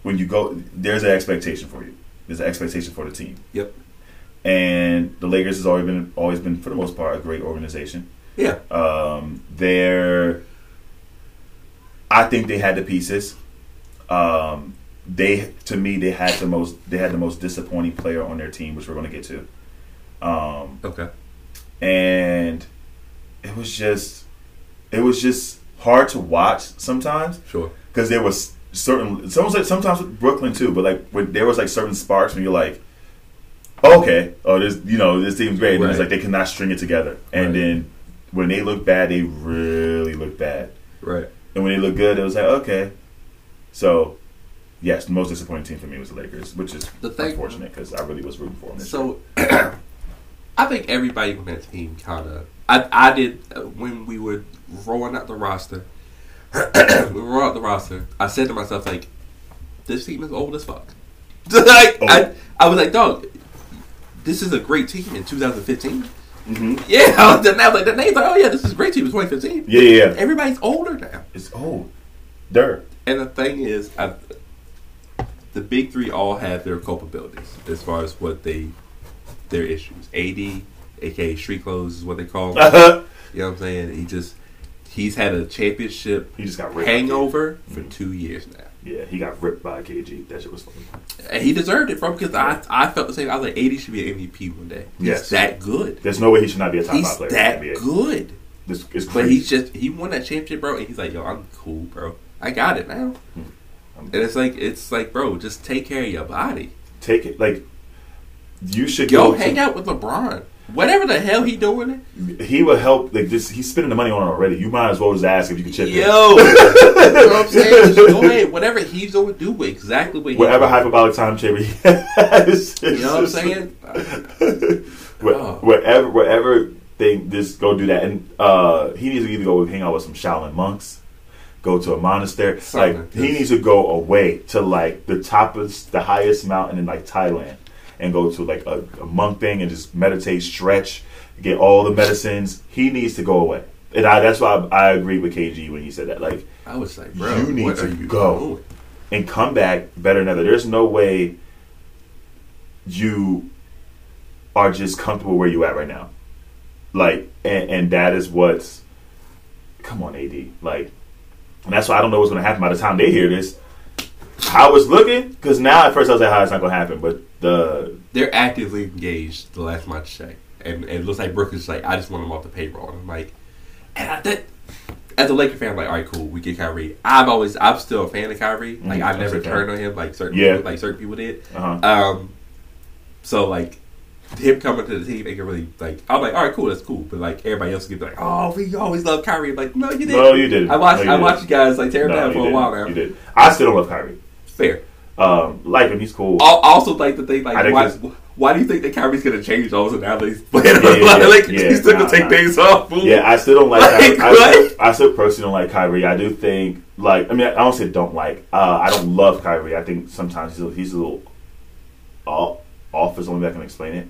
when you go, there's an expectation for you. There's an expectation for the team
Yep.
and the Lakers has always been always been for the most part a great organization.
Yeah.
Um, they're, I think they had the pieces. Um, they to me they had the most they had the most disappointing player on their team, which we're going to get to. Um,
Okay.
and it was just it was just hard to watch sometimes
Sure.
because there was certain someone said sometimes with Brooklyn too, but like when there was like certain sparks when you're like, okay, oh this you know this team's great, and it's
Right.
like they cannot string it together, and
Right.
then when they look bad, they really look bad,
Right.
and when they look good, it was like okay, so. Yes, the most disappointing team for me was the Lakers, which is
The thing-
unfortunate because I really was rooting for them. This year.
So, (clears throat) I think everybody on that team kind of. I I did uh, when we were rolling out the roster. (clears throat) we were out the roster. I said to myself like, "This team is old as fuck." (laughs) like I,
Old.
I was like, "Dog, this is a great team in 2015."
Mhm.
(laughs) Yeah, I was, then I was like, the name's like, "Oh yeah, this is a great team in 2015."
yeah, yeah, yeah.
Everybody's older now.
it's oh, old, dirt.
And the thing is, I, the big three all have their culpabilities as far as what they their issues. AD, aka Street Clothes, is what they
(laughs)
call him.
Uh-huh.
you know what I'm saying? He just he's had a championship
(laughs) he just got ripped. by
hangover for
Mm-hmm.
two years now.
KG. Yeah, he got ripped by KG. That shit was funny.
And he deserved it from because I I felt the same. I was like, AD should be an MVP one day. He's
Yes.
that good.
There's no way he should not be a top
He's
five player.
that
in the NBA.
good.
This is
But
crazy.
he's just he won that championship, bro, and he's like, yo, I'm cool, bro. I got it now.
Hmm.
And it's like it's like, bro, just take care of your body.
Take it like you should
Yo,
go.
hang out with LeBron. Whatever the hell he doing.
to- he will help. Like this, he's spending the money on it already. You might as well just ask if you can chip in.
Yo, (laughs) you know what I'm saying? Just go ahead. Whatever he's doing, do exactly what. he
Whatever
doing.
hyperbolic time chamber he (laughs) has.
You know what I'm saying?
Where-
Oh.
Wherever, wherever they just go do that, and uh, he needs to either go hang out with some Shaolin monks, go to a monastery.
Something,
like he
yes.
needs to go away to like the top of the highest mountain in like Thailand, and go to like a, a monk thing and just meditate, stretch, get all the medicines. He needs to go away, and I, that's why I, I agree with KG when he said that. Like
I was like, bro,
You need
what
to
are you
go.
doing?
and come back better than ever. There's no way you are just comfortable where you at right now. Like, and, and that is what's. Come on, AD. Like, and that's why I don't know what's going to happen by the time they hear this. How it's looking? Because now at first I was like, how it's not going to happen, but the
They're actively engaged. The last month check, and, and it looks like Brooklyn's like, I just want him off the payroll. And I'm like, and I, that, as a Laker fan, I'm like, all right, cool, we get Kyrie. I'm always, I'm still a fan of Kyrie. Like,
Mhm,
I've
that's
never
okay.
turned on him like certain,
Yeah.
people, like certain people did.
uh-huh.
Um, so like him coming to the team, it can really like I'm like, all right, cool, that's cool. But like everybody else could be like, oh, we always love Kyrie. I'm like, no, you didn't.
no, you didn't.
I watched,
No,
I
you
watched you guys like tear
didn't.
him
No,
down
you
for a
didn't.
while now.
You did. I still don't love Kyrie.
Fair.
Um, like him, he's cool.
I I also like to think
I
like
think
why,
it's-
why do you think that Kyrie's gonna change all of a sudden now that he's playing?
Yeah, yeah, yeah.
like
Yeah,
he's still
nah,
gonna take
nah.
days off. fool.
Yeah, I still don't like.
Like,
Kyrie. I, still,
what?
I still personally don't like Kyrie. I do think, like, I mean, I don't say don't like. Uh, I don't love Kyrie. I think sometimes he's a, he's a little off. Off is the only way I can explain it.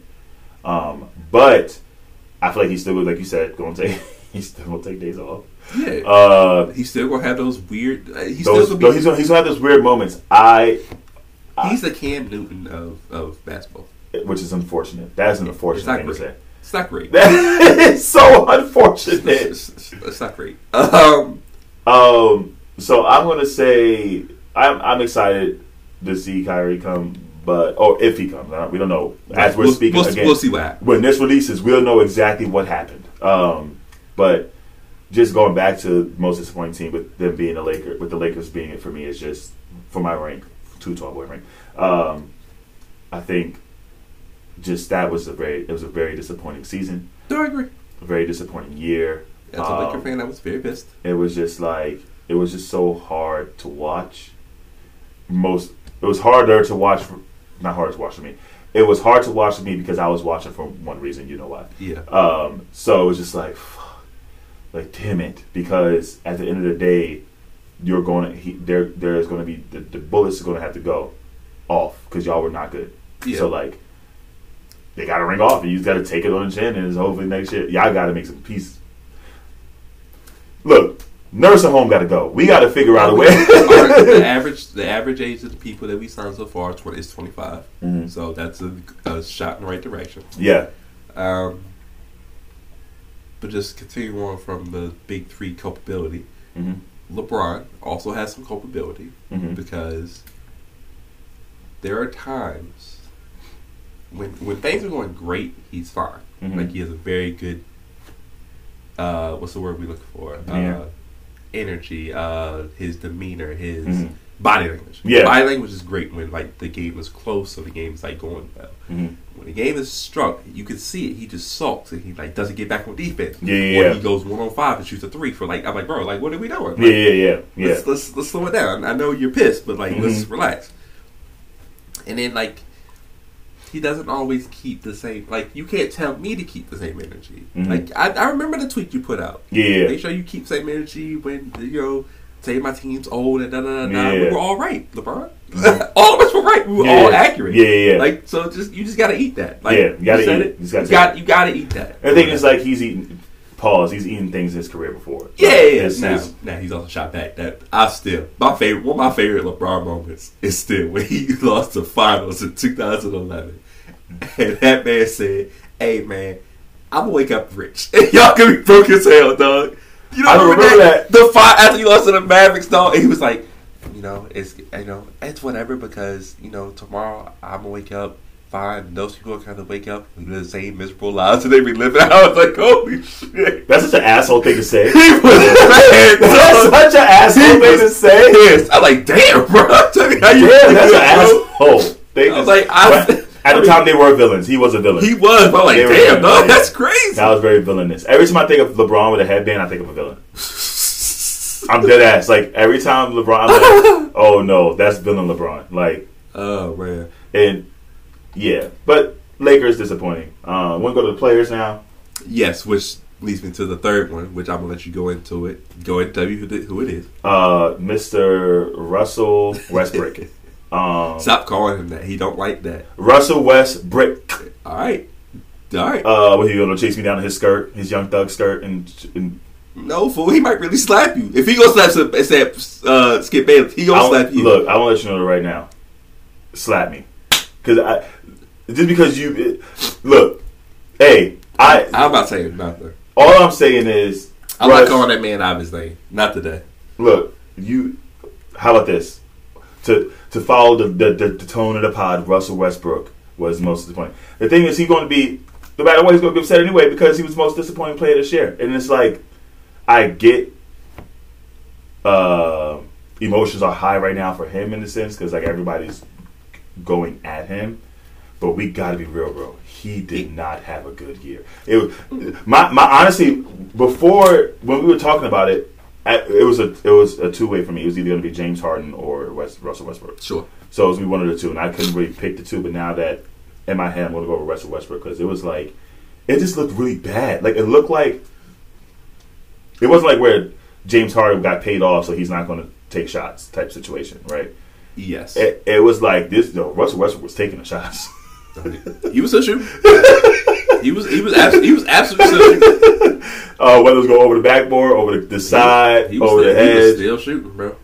Um, but I feel like he's still, like you said, going to take (laughs) he's still going to take days off.
yeah.
Uh,
he's still gonna have those weird. Uh, he's
those,
still
those-
gonna
he's
be.
gonna he's gonna have those weird moments. I,
He's the Cam Newton of of basketball.
which is unfortunate. That is an unfortunate
It's not
thing to say. (laughs)
great. It's not great.
That is so unfortunate.
It's, it's, it's not great. Um,
Um, so I'm gonna say I'm I'm excited to see Kyrie come, but or if he comes, I don't- we don't know. As we're
we'll,
speaking
we'll,
again,
we'll see what happens.
when this releases, we'll know exactly what happened. Um, but just going back to the most disappointing team with them being a Laker, with the Lakers being it for me is just for my rank, too tall boy rank. Um, I think just that was a very it was a very disappointing season,
No, I agree.
a very disappointing year.
As a
Um,
Laker fan, I was very pissed.
it was just like it was just so hard to watch. Most it was harder to watch, for, not hard to watch for me. It was hard to watch for me because I was watching for one reason, you know why.
Yeah.
Um, so it was just like, fuck, like damn it, because at the end of the day, you're going to he, there. There is going to be the, the bullets are going to have to go off because y'all were not good.
Yeah.
So like, they got to ring off, and you got to take it on the chin, and it's hopefully next year y'all got to make some peace. Look, nurse at home got to go. We got to figure out a
(laughs)
way. (laughs)
Our- the average the average age of the people that we signed so far 20, is 25.
Mhm.
So that's a, a shot in the right direction.
yeah,
Um, but just continue on from the big three culpability.
hmm
LeBron also has some culpability
hmm
because there are times when when things are going great, he's fine.
Mhm.
Like he has a very good uh what's the word we look for?
Yeah.
Uh energy, uh his demeanor, his
Mhm.
body language.
Yeah.
Body language is great when like the game is close or the game's like going well.
hmm
When the game is struck, you can see it, he just sulks and he like doesn't get back on defense.
Yeah, yeah,
or
yeah.
he goes one on five and shoots a three for like I'm like, bro, like what are we doing? Like,
yeah, yeah, yeah, yeah.
Let's, let's let's slow it down. I know you're pissed, but like let's
Mhm.
relax. And then like he doesn't always keep the same like you can't tell me to keep the same energy.
Mhm.
Like I, I remember the tweet you put out.
Yeah, yeah.
Make sure you keep same energy when you know say my team's old and da da da da. We
Yeah. Mm-hmm.
were all right, LeBron. (laughs) all of us were right. We were
Yeah,
all
yeah.
accurate.
Yeah, yeah, yeah.
Like so just you just gotta eat that. Like
Yeah, you gotta
said
eat it. You just gotta
You
take
got you gotta eat that.
And the thing is, like, he's eaten. Pause. He's eaten things in his career before.
Yeah,
Like,
yeah, yeah.
this
Now,
is-
now he's also shot back. That I still my favorite one of my favorite LeBron moments is still when he (laughs) lost the finals in 2011, and that man said, "Hey man, I'm gonna wake up rich. (laughs) Y'all gonna be broke as hell, dog." You know,
I remember that.
the fight after he lost to the Mavericks, dog. And he was like, you know, it's you know, it's whatever because you know tomorrow I'm gonna wake up. Fine, those people are kind of wake up, live the same miserable lives that they be living. (laughs) I was like, holy shit.
That's such an asshole thing to say.
(laughs) He was mad.
(laughs) that's
dog.
such an asshole thing to say.
Yes. I'm like, damn, bro. (laughs) Tell me how you
Yeah,
feel,
that's
(laughs)
an
bro.
asshole thing.
I
to
was like,
say.
I-
But at
(laughs)
the time they were villains. He was a villain.
He was. But I'm like,
They were
damn,
bad,
dog.
yeah.
That's crazy.
that was very villainous. Every time I think of LeBron with a headband, I think of a villain. I'm dead ass. Like every time LeBron, I'm like, oh no, that's villain LeBron. Like
oh man.
and yeah, but Lakers disappointing. Uh, want to go to the players now?
Yes, which leads me to the third one, which I'm gonna let you go into it. Go and tell you who, the, who it is.
Uh, Mr. Russell Westbrook. Um,
Stop calling him that. He don't like that.
Russell Westbrook.
All right. All right.
Uh, when he gonna chase me down in his skirt, his young thug skirt, and, and
no fool. He might really slap you. If he gonna slap some, except uh, Skip Bailey, he
I
gonna
won't-
slap you.
look, I want to let you know right now. Slap me, because I Just because you it- look, hey, I
I'm about to say nothing.
all I'm saying is
I'm
Russ,
not calling that man out of his name. Not today.
Look, you. How about this? To to follow the the, the, the tone of the pod, Russell Westbrook was most disappointing. The thing is, he's going to be no matter what, he's going to be upset anyway because he was the most disappointing player this year. And it's like, I get uh, emotions are high right now for him in a sense because like everybody's going at him. But we got to be real, bro. He did not have a good year. It was my my honestly before when we were talking about it, I- it was a it was a two way for me. It was either going to be James Harden or West, Russell Westbrook.
Sure.
So it was gonna be one of the two, and I couldn't really pick the two. But now that in my head, I'm going to go over Russell Westbrook because it was like it just looked really bad. Like it looked like it wasn't like where James Harden got paid off, so he's not going to take shots type situation, right?
Yes.
It, it was like this. No, Russell Westbrook was taking the shots. (laughs)
(laughs) He was a shoot. he was he was abs- he was absolutely still shooting.
Uh, whether it was going over the backboard, over the, the side,
He was,
over
still,
the
he was
edge.
still shooting, bro.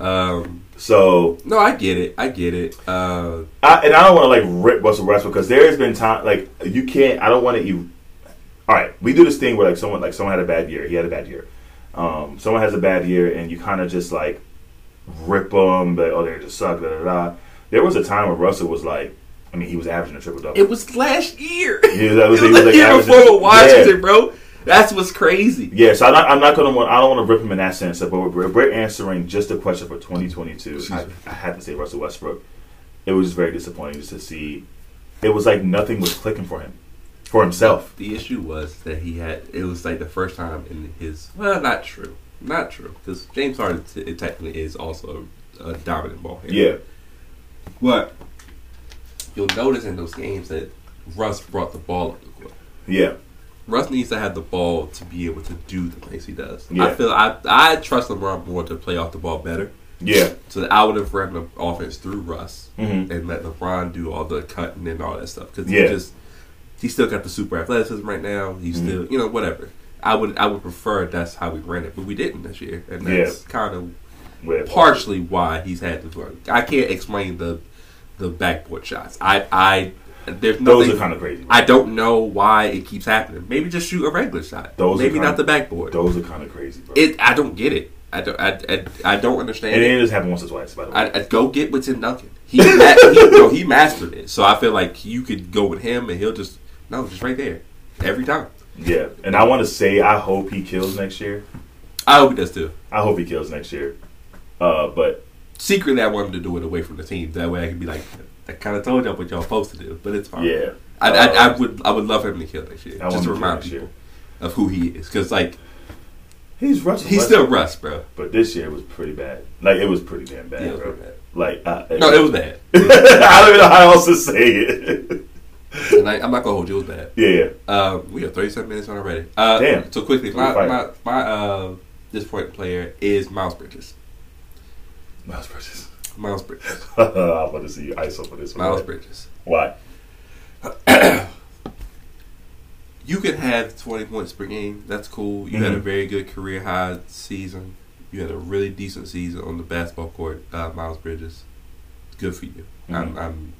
Um
so
no, I get it. I get it. Uh
I, and I don't want to like rip Russell Westbrook because there has been time like you can't. I don't want to. You, all right, we do this thing where like someone like someone had a bad year. He had a bad year. Um, someone has a bad year, and you kind of just like rip them. Like, oh, they just suck. Da, da, da. There was a time where Russell was like, I mean, he was averaging a triple double.
it was last year.
Yeah, that was-
(laughs) it
he was
was the
like
year
averaging-
before Washington,
yeah.
bro. That's what's crazy.
Yeah, so I'm not, I'm not gonna want. I don't want to rip him in that sense. But we're, we're answering just a question for 2022. I, I have to say Russell Westbrook. It was very disappointing just to see. It was like nothing was clicking for him, for himself.
The issue was that he had it was like the first time in his well, not true, not true, because James Harden t- it technically is also a dominant ball handler.
Yeah,
but you'll notice in those games that Russ brought the ball up the court.
yeah,
Russ needs to have the ball to be able to do the things he does. I
Yeah.
feel I I trust LeBron more to play off the ball better.
yeah,
So that I would have ran the offense through Russ
Mhm.
and let LeBron do all the cutting and all that stuff because he
Yeah. Mm-hmm.
just he still got the super athleticism right now. He's still you know whatever. I would I would prefer that's how we ran it, but we didn't this year, and
Yeah.
that's kind of
With-
partially why he's had to run. I can't explain the the backboard shots. I I there's
Those
nothing.
are kind of crazy.
I don't know why it keeps happening. Maybe just shoot a regular shot.
Those are
Maybe
kind
not
of-
the backboard.
Those are kind of crazy, bro.
It I don't get it. I don't I, I, I don't understand
and
it.
it just happened once or twice, by the way.
I, I go get with Tim Duncan. He, ma- he no, he mastered it. So I feel like you could go with him and he'll just no, just right there every time.
yeah, and I want to say I hope he kills next year.
I hope he does too.
I hope he kills next year. Uh, but
Secretly, I want him to do it away from the team. That way, I can be like, I kind of told y'all what y'all supposed to do, but it's fine.
yeah,
I, I, I
Uh,
would I would love him to kill next year.
I want
just
him
to
to
remind
kill next
people of who he is, because like
he's Russell.
he's
Westbrook,
still Russ, bro.
but this year was pretty bad. Like it was pretty damn bad,
Yeah, it was
bro.
pretty bad.
Like uh, (laughs)
No, it was bad,
I don't even know how else to say it. (laughs)
and I, I'm not gonna hold you. It was bad.
yeah,
Uh, we are 37 minutes on already. Uh,
Damn.
So quickly, my
Fire.
my, my uh, disappointing player is Miles Bridges.
Miles Bridges.
Miles Bridges.
(laughs) I want to see you ISO for this one.
Miles Bridges.
Why?
You could have 20 points per game. That's cool. You had a
Mhm.
very good career high season. You had a really decent season on the basketball court, uh, Miles Bridges. Good for you. I'm,
Mhm.
I'm.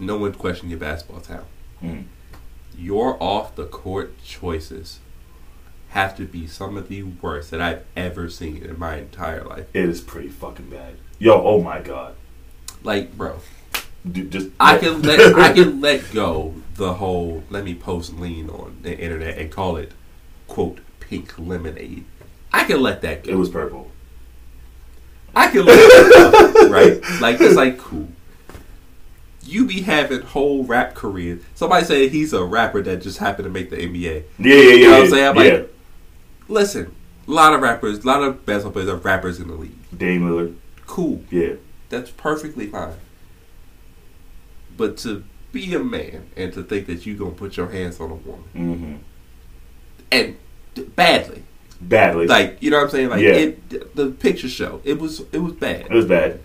No one questioned your basketball talent.
Mhm.
Your off the court choices have to be some of the worst that I've ever seen in my entire life.
It is pretty fucking bad. Yo, oh my god.
Like, bro,
Dude, just (laughs)
I can let I can let go the whole let me post lean on the internet and call it quote pink lemonade. I can let that
It
go.
was purple.
I can let that go, right? Like it's like cool. You be having whole rap career. Somebody said he's a rapper that just happened to make the NBA.
Yeah, yeah, yeah.
You know what I'm
yeah,
saying? I'm
yeah.
like- Listen, a lot of rappers, a lot of basketball players are rappers in the league.
Dame Lillard.
Cool.
Yeah,
That's perfectly fine. But to be a man and to think that you gonna put your hands on a woman
mm-hmm.
and d- badly,
badly.
like you know what I'm saying, like
Yeah.
it, th- the picture show, it was it was
it
bad.
was bad.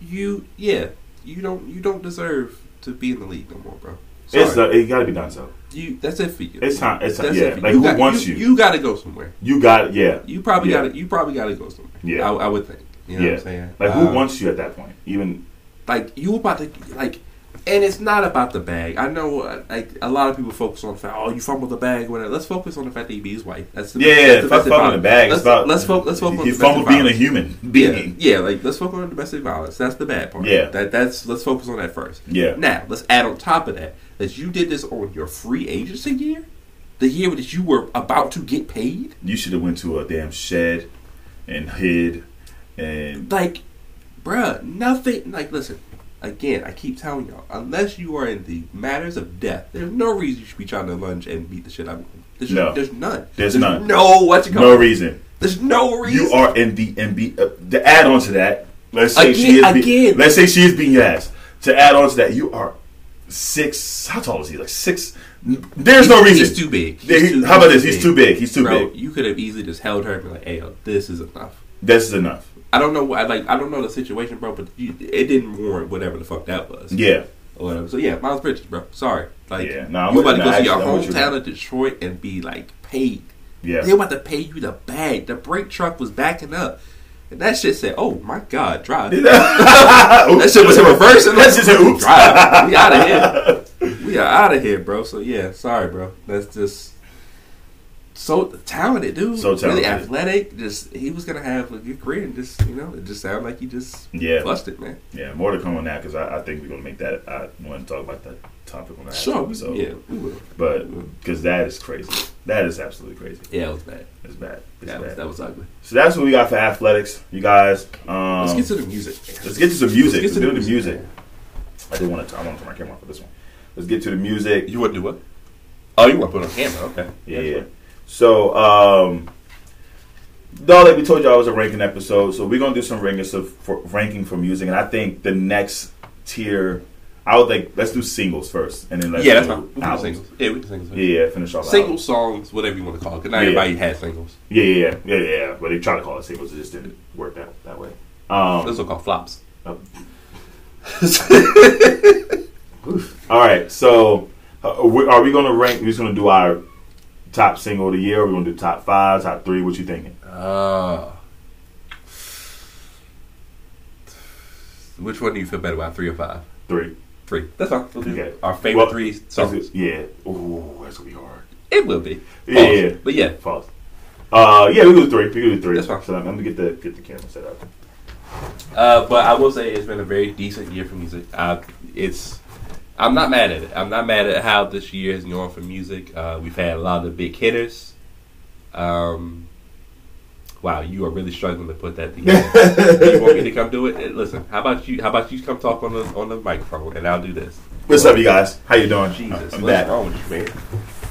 You yeah, you don't you don't deserve to be in the league no more, bro. Sorry.
It's uh, it got to be done. So
you that's it for you.
it's time. It's time.
That's
Yeah,
it for
like who
got-
wants you?
You,
You,
got to go somewhere.
got yeah,
You probably
Yeah.
got to you probably got to go somewhere.
Yeah.
I, I would think. You know
yeah.
what I'm saying?
Like who
Um,
wants you at that point? Even
like you about to like And it's not about the bag. I know, uh, like a lot of people focus on, the fact, oh, you fumbled the bag, whatever. Let's focus on the fact that he beat his wife. That's the
Yeah, yeah,
that's
yeah. Fuck fucking the
violence.
bag.
Let's
it's about
let's focus. Let's focus.
He
on domestic
fumbled being a
violence.
human being.
Yeah, yeah, like let's focus on domestic violence. That's the bad part.
Yeah.
that that's let's focus on that first.
Yeah.
Now let's add on top of that that you did this on your free agency year, the year that you were about to get paid.
You should have went to a damn shed and hid and
like, bruh, nothing. Like, listen, again, I keep telling y'all, unless you are in the matters of death, there's no reason you should be trying to lunge and beat the shit out of me. There's,
No.
there's none.
There's none.
No, what you call
no
it?
reason.
There's no reason.
You are in the MB. Uh, to add on to that, let's say she is.
Again-
Be,
again.
Let's say she is being your ass. To add on to that, you are six. How tall is he? Like six. There's no
He's-
reason.
He's too big.
Yeah, he- how about this? He's too big. He's too
Bro,
big.
You could have easily just held her and be like, "Hey, yo, this is enough."
This is enough.
I don't know. why like. I don't know the situation, bro. But you, it didn't warrant whatever the fuck that was.
Yeah.
or whatever. So yeah, Miles Bridges, bro. Sorry, like
Yeah, nah, I'm
you
with-
about to go
nah,
to your
actually, I'm with you.
hometown of Detroit and be like paid.
Yeah.
they about to pay you the bag. The brake truck was backing up, and that shit said, "Oh my god, drive."
(laughs)
That
that
shit was in reverse. And
That shit said, "Oops."
Drive. We out of
(laughs)
here. We are out of here, bro. So yeah, sorry, bro. That's just so talented, dude.
So talented.
really athletic. Just he was gonna have a good career, and just you know, it just sounded like he just
Yeah.
busted, man.
Yeah, more to come on that because I, I think we're gonna make that. I want to talk about that topic on that
Sure,
episode.
yeah, Mm-hmm. we will.
But because that is crazy. That is absolutely crazy.
yeah, it was bad.
It's bad. It's
That was,
bad.
that was ugly.
So that's what we got for athletics, you guys. Um,
Let's get to the music.
Let's get to some music.
Let's
Let's do
get to the
the
music.
music. I didn't want to. I want to turn my camera off for this one. Let's get to the music.
You want to do what? Oh, you want to put on camera? Okay.
Yeah. yeah. So, um, though, like we told y'all, it was a ranking episode. So we're gonna do some rankings of for, ranking for music, and I think the next tier, I would like let's do singles first, and then let's
Yeah, that's
do
fine. We can do
albums.
singles. Yeah, we can singles.
Yeah, yeah, finish off.
Single songs, whatever you want to call it. 'cause Not
Yeah.
everybody has
albums.
singles.
Yeah, yeah, yeah, yeah, yeah. But they try to call it singles, it just didn't work that that way. Um,
Those are called flops. (laughs)
Oh. All right, so uh, we- are we going to rank? We're just going to do our top single of the year. We're going to do top five, top three. What you thinking?
uh, which one do you feel better about? Three or five?
Three.
Three. That's fine. We'll do
Okay.
Our favorite
Well,
three
That's
songs.
it. Yeah. Ooh, that's gonna be hard.
It will be.
Yeah,
Pause.
yeah.
But yeah,
Pause. Uh, yeah, we can do three. We can do three.
That's fine.
So I'm, I'm gonna get the get the camera set up.
Uh, but I will say it's been a very decent year for music. Uh, it's I'm not mad at it. I'm not mad at how this year has gone for music. Uh, we've had a lot of the big hitters. Um, wow, you are really struggling to put
(laughs)
that together. you want me to come do it? Eh, Listen, how about you? How about you come talk on the on the microphone and I'll do this.
What's up, you guys? How you doing?
Jesus,
I'm
what's
back.
wrong with you, man?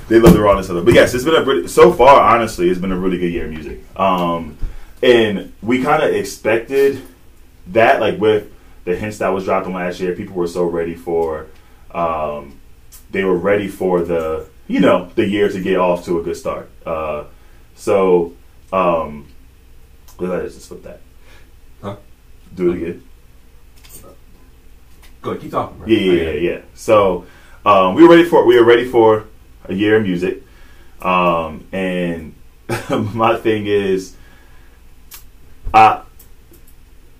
they love the rawness of it. But yes, it's been a pretty, so far. Honestly, it's been a really good year of music. Um, and we kind of expected that, like with the hints that was dropping last year, people were so ready for. Um, they were ready for the you know the year to get off to a good start. Uh, so, um, look, I just slipped that.
Huh?
Do it again.
Go ahead, keep talking. Bro. Oh,
Yeah, yeah, yeah, yeah. So um, we were ready for we were ready for a year of music, um, and (laughs) my thing is, I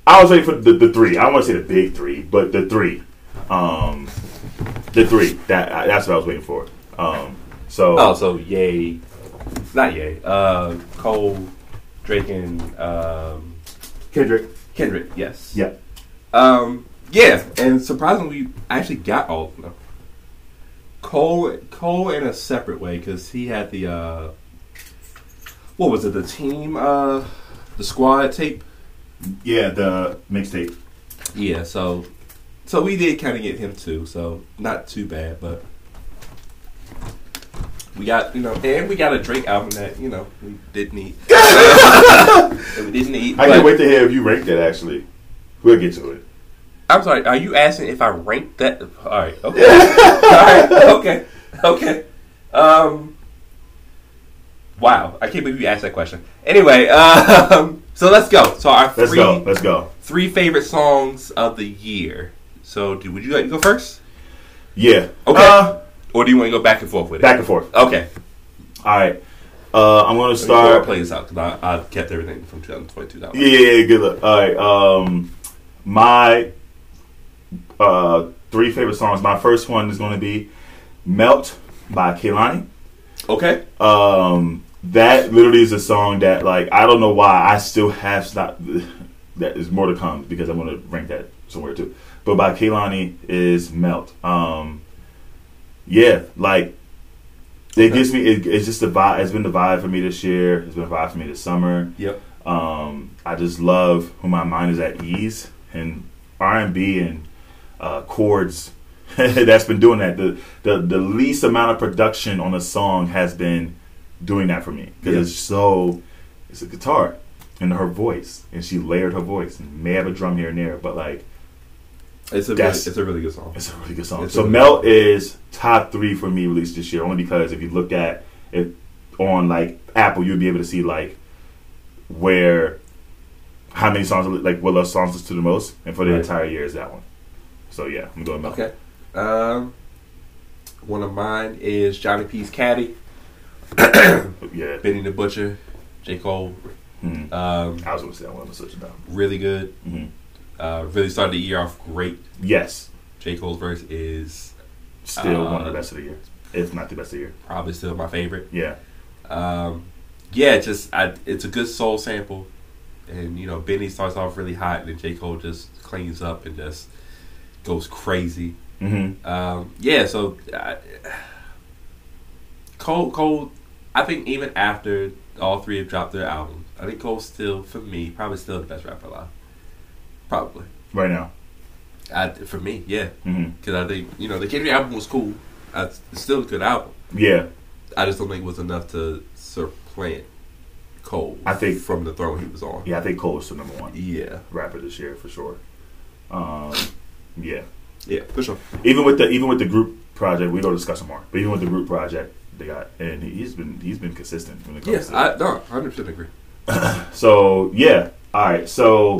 I was ready for the, the three. I don't want to say the big three, but the three, um, the three. That I, that's what I was waiting for. Um, so
Oh, so yay, not yay. Uh, Cole, Drake, and um,
Kendrick,
Kendrick. Yes.
yeah,
Um, yeah, and surprisingly, we actually got all of them. Cole, Cole in a separate way because he had the uh, what was it? The team, uh, the squad tape.
yeah, the mixtape.
Yeah, so so we did kind of get him too. So not too bad, but we got you know, and we got a Drake album that you know we
(laughs)
didn't eat. we didn't eat.
I can't wait to hear if you rank that. Actually, we'll get to it.
I'm sorry. Are you asking if I ranked that? All right. Okay.
(laughs)
All right. Okay. Okay. Um. Wow. I can't believe you asked that question. Anyway. Um. (laughs) So let's go. So our
Let's
three
go. Let's go.
three favorite songs of the year. So do would you like to go first,
Yeah.
Okay.
Uh,
or do you want to go back and forth with it?
back and forth.
Okay.
All right. Uh, I'm gonna
Start.
start.
Play this out because I, I kept everything from 2022. That
Yeah, yeah, yeah, good luck. All right. Um, my uh, three favorite songs. My first one is going to be "Melt" by Kehlani.
Okay.
Um, that literally is a song that, like, I don't know why I still have not. (laughs) That is more to come because I'm going to rank that somewhere too. But by Kehlani is "Melt." Um, yeah, like it
Okay.
gives me. It, it's just the vibe. It's been the vibe for me this year. It's been a vibe for me this summer.
Yep.
Um, I just love when my mind is at ease and R and B and uh, chords. (laughs) that's been doing that. The, the the least amount of production on a song has been doing that for me because
Yeah.
it's so it's a guitar and her voice and she layered her voice and may have a drum here and there, but like
It's a really,
That's-
it's a really good song.
it's a really good song.
It's a
so
really
Melt is top three for me released this year, only because if you look at it on like Apple, you'll be able to see like where how many songs like what love songs is to the most, and for the
Right.
entire year is that one. So yeah, I'm going Melt.
Okay. Um, one of mine is Johnny P's Caddy,
Yeah,
Benny the Butcher, J Cole.
Mhm.
Um,
I was going to say that one. Switch it down.
really good.
Mhm.
Uh, really started the year off great.
Yes,
J Cole's verse is
still
Uh,
one of the best of the year, if not the best of the year.
probably still my favorite.
Yeah,
Um, yeah, it's just I, it's a good soul sample, and you know Benny starts off really hot, and then J Cole just cleans up and just goes crazy.
hmm
Um, yeah, so I, Cole, Cole, I think even after all three have dropped their albums, I think Cole's still for me probably still the best rapper alive. Probably,
right now.
I, for me, yeah,
hmm
because I think you know the Kendrick album was cool. I, it's still a good album.
Yeah,
I just don't think it was enough to supplant Cole.
I think-
from the throne he was on.
yeah. I think Cole is the number one
Yeah,
rapper this year for sure. Um, yeah.
yeah, for sure.
even with the even with the group project, we don't discuss them more. But even with the group project, they got and he's been he's been consistent when it comes
Yes,
to
I no, hundred percent agree.
so yeah, all right. So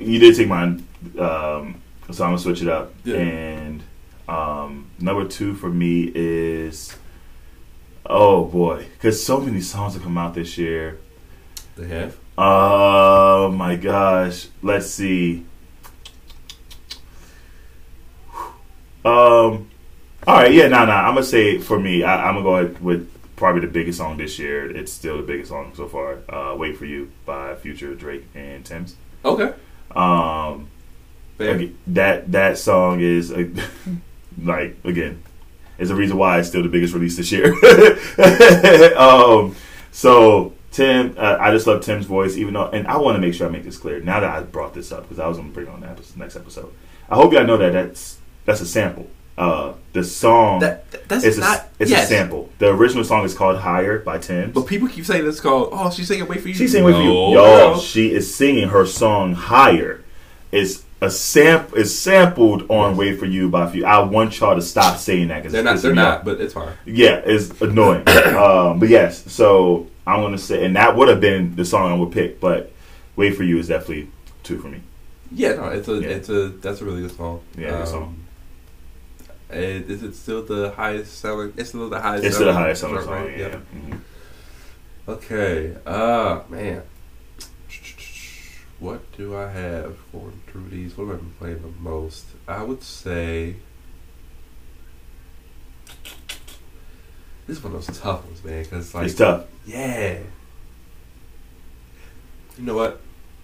you did take mine, um, so I'm gonna switch it up.
Yeah.
And um, number two for me is oh boy, because so many songs have come out this year.
They have.
Oh my gosh. Let's see. Um. All right. Yeah. Nah. Nah. I'm gonna say for me, I, I'm gonna go ahead with probably the biggest song this year. It's still the biggest song so far. Uh, "Wait for You" by Future, Drake, and Tim's.
Okay.
Um.
Fair.
ag- That that song is uh, (laughs) like again, is the reason why it's still the biggest release this year. (laughs) um, so Tim, uh, I just love Tim's voice, even though, and I want to make sure I make this clear now that I brought this up because I was going to bring it on the episode, next episode. I hope y'all know that that's that's a sample. Uh, the song
That, that- that's
is a,
not.
it's
yes.
a sample. The original song is called Higher by Tim's.
But people keep saying it's called. Oh, she's singing "Wait for You."
She's singing with you,
No,
y'all.
no.
She is singing her song "Higher." It's a sample. Is sampled on "Wait for You" by few. I want y'all to stop saying that because
They're not. They're not. But it's fine.
Yeah, it's (coughs) annoying. um, but yes, so I'm gonna say, and that would have been the song I would pick, but "Wait for You" is definitely two for me.
Yeah, no, it's a.
Yeah.
It's a. That's a really good song.
Yeah, good song.
it- Is it still the highest selling? It's still the highest.
It's still the highest selling
right?
song. Yeah.
Yep.
Mhm.
Okay. Uh man. What do I have going through these? What have I been playing the most? I would say this is one of those tough ones, man. Cause like,
it's tough.
yeah. You know what?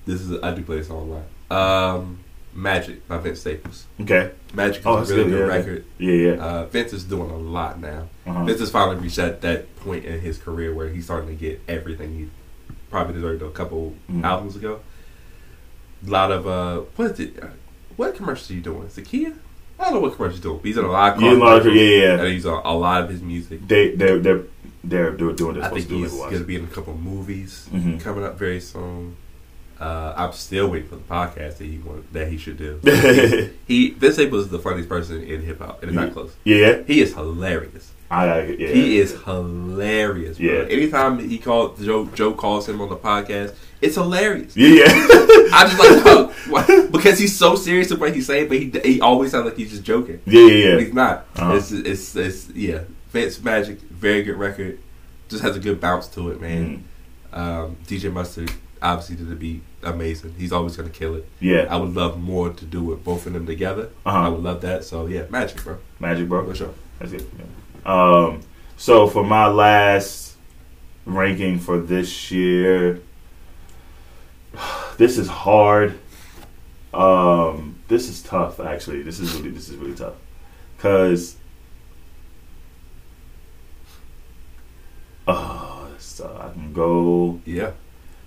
This is I do play this online. Um, Magic by Vince Staples.
Okay.
Magic is
Oh,
a
that's
really
good,
good
yeah.
record.
Yeah. Yeah.
Uh, Vince is doing a lot now.
Uh-huh.
This has finally reached that, that point in his career where he's starting to get everything he probably deserved a couple
Mhm.
albums ago. A lot of uh, what is it? What commercials are you doing? Is it Kia? I don't know what commercials you're doing. But he's on a lot of
Yeah,
car
larger. Yeah.
commercials,
Yeah.
and
yeah.
he's on a lot of his music.
They they're they're they're doing doing this.
I think he's going to be in a couple movies
hmm
coming up very soon. Uh, I'm still waiting for the podcast that he want, that he should do. he Vince Staples is the funniest person in hip hop, and it's not close.
(laughs) yeah.
He is hilarious.
I like it. Yeah.
He is hilarious, bro.
Yeah.
Anytime he called Joe, Joe calls him on the podcast, it's hilarious.
Yeah, (laughs) yeah.
I just
(laughs)
like no, why- because he's so serious about what he's saying, but he he always sounds like he's just joking,
yeah,
but
yeah, yeah.
he's not.
Uh-huh.
It's, it's it's yeah. Vince
Mm.
Magic, very good record, just has a good bounce to it, man. Um, DJ Mustard, obviously to be amazing. He's always gonna kill it.
Yeah,
I would love more to do with both of them together.
Uh-huh.
I would love that. So yeah, magic, bro.
Magic, bro.
For sure.
That's it. Yeah. Um, so for my last ranking for this year, (sighs) this is hard. Um, this is tough, actually. This is really, this is really tough because. Uh, so I can go.
Yeah.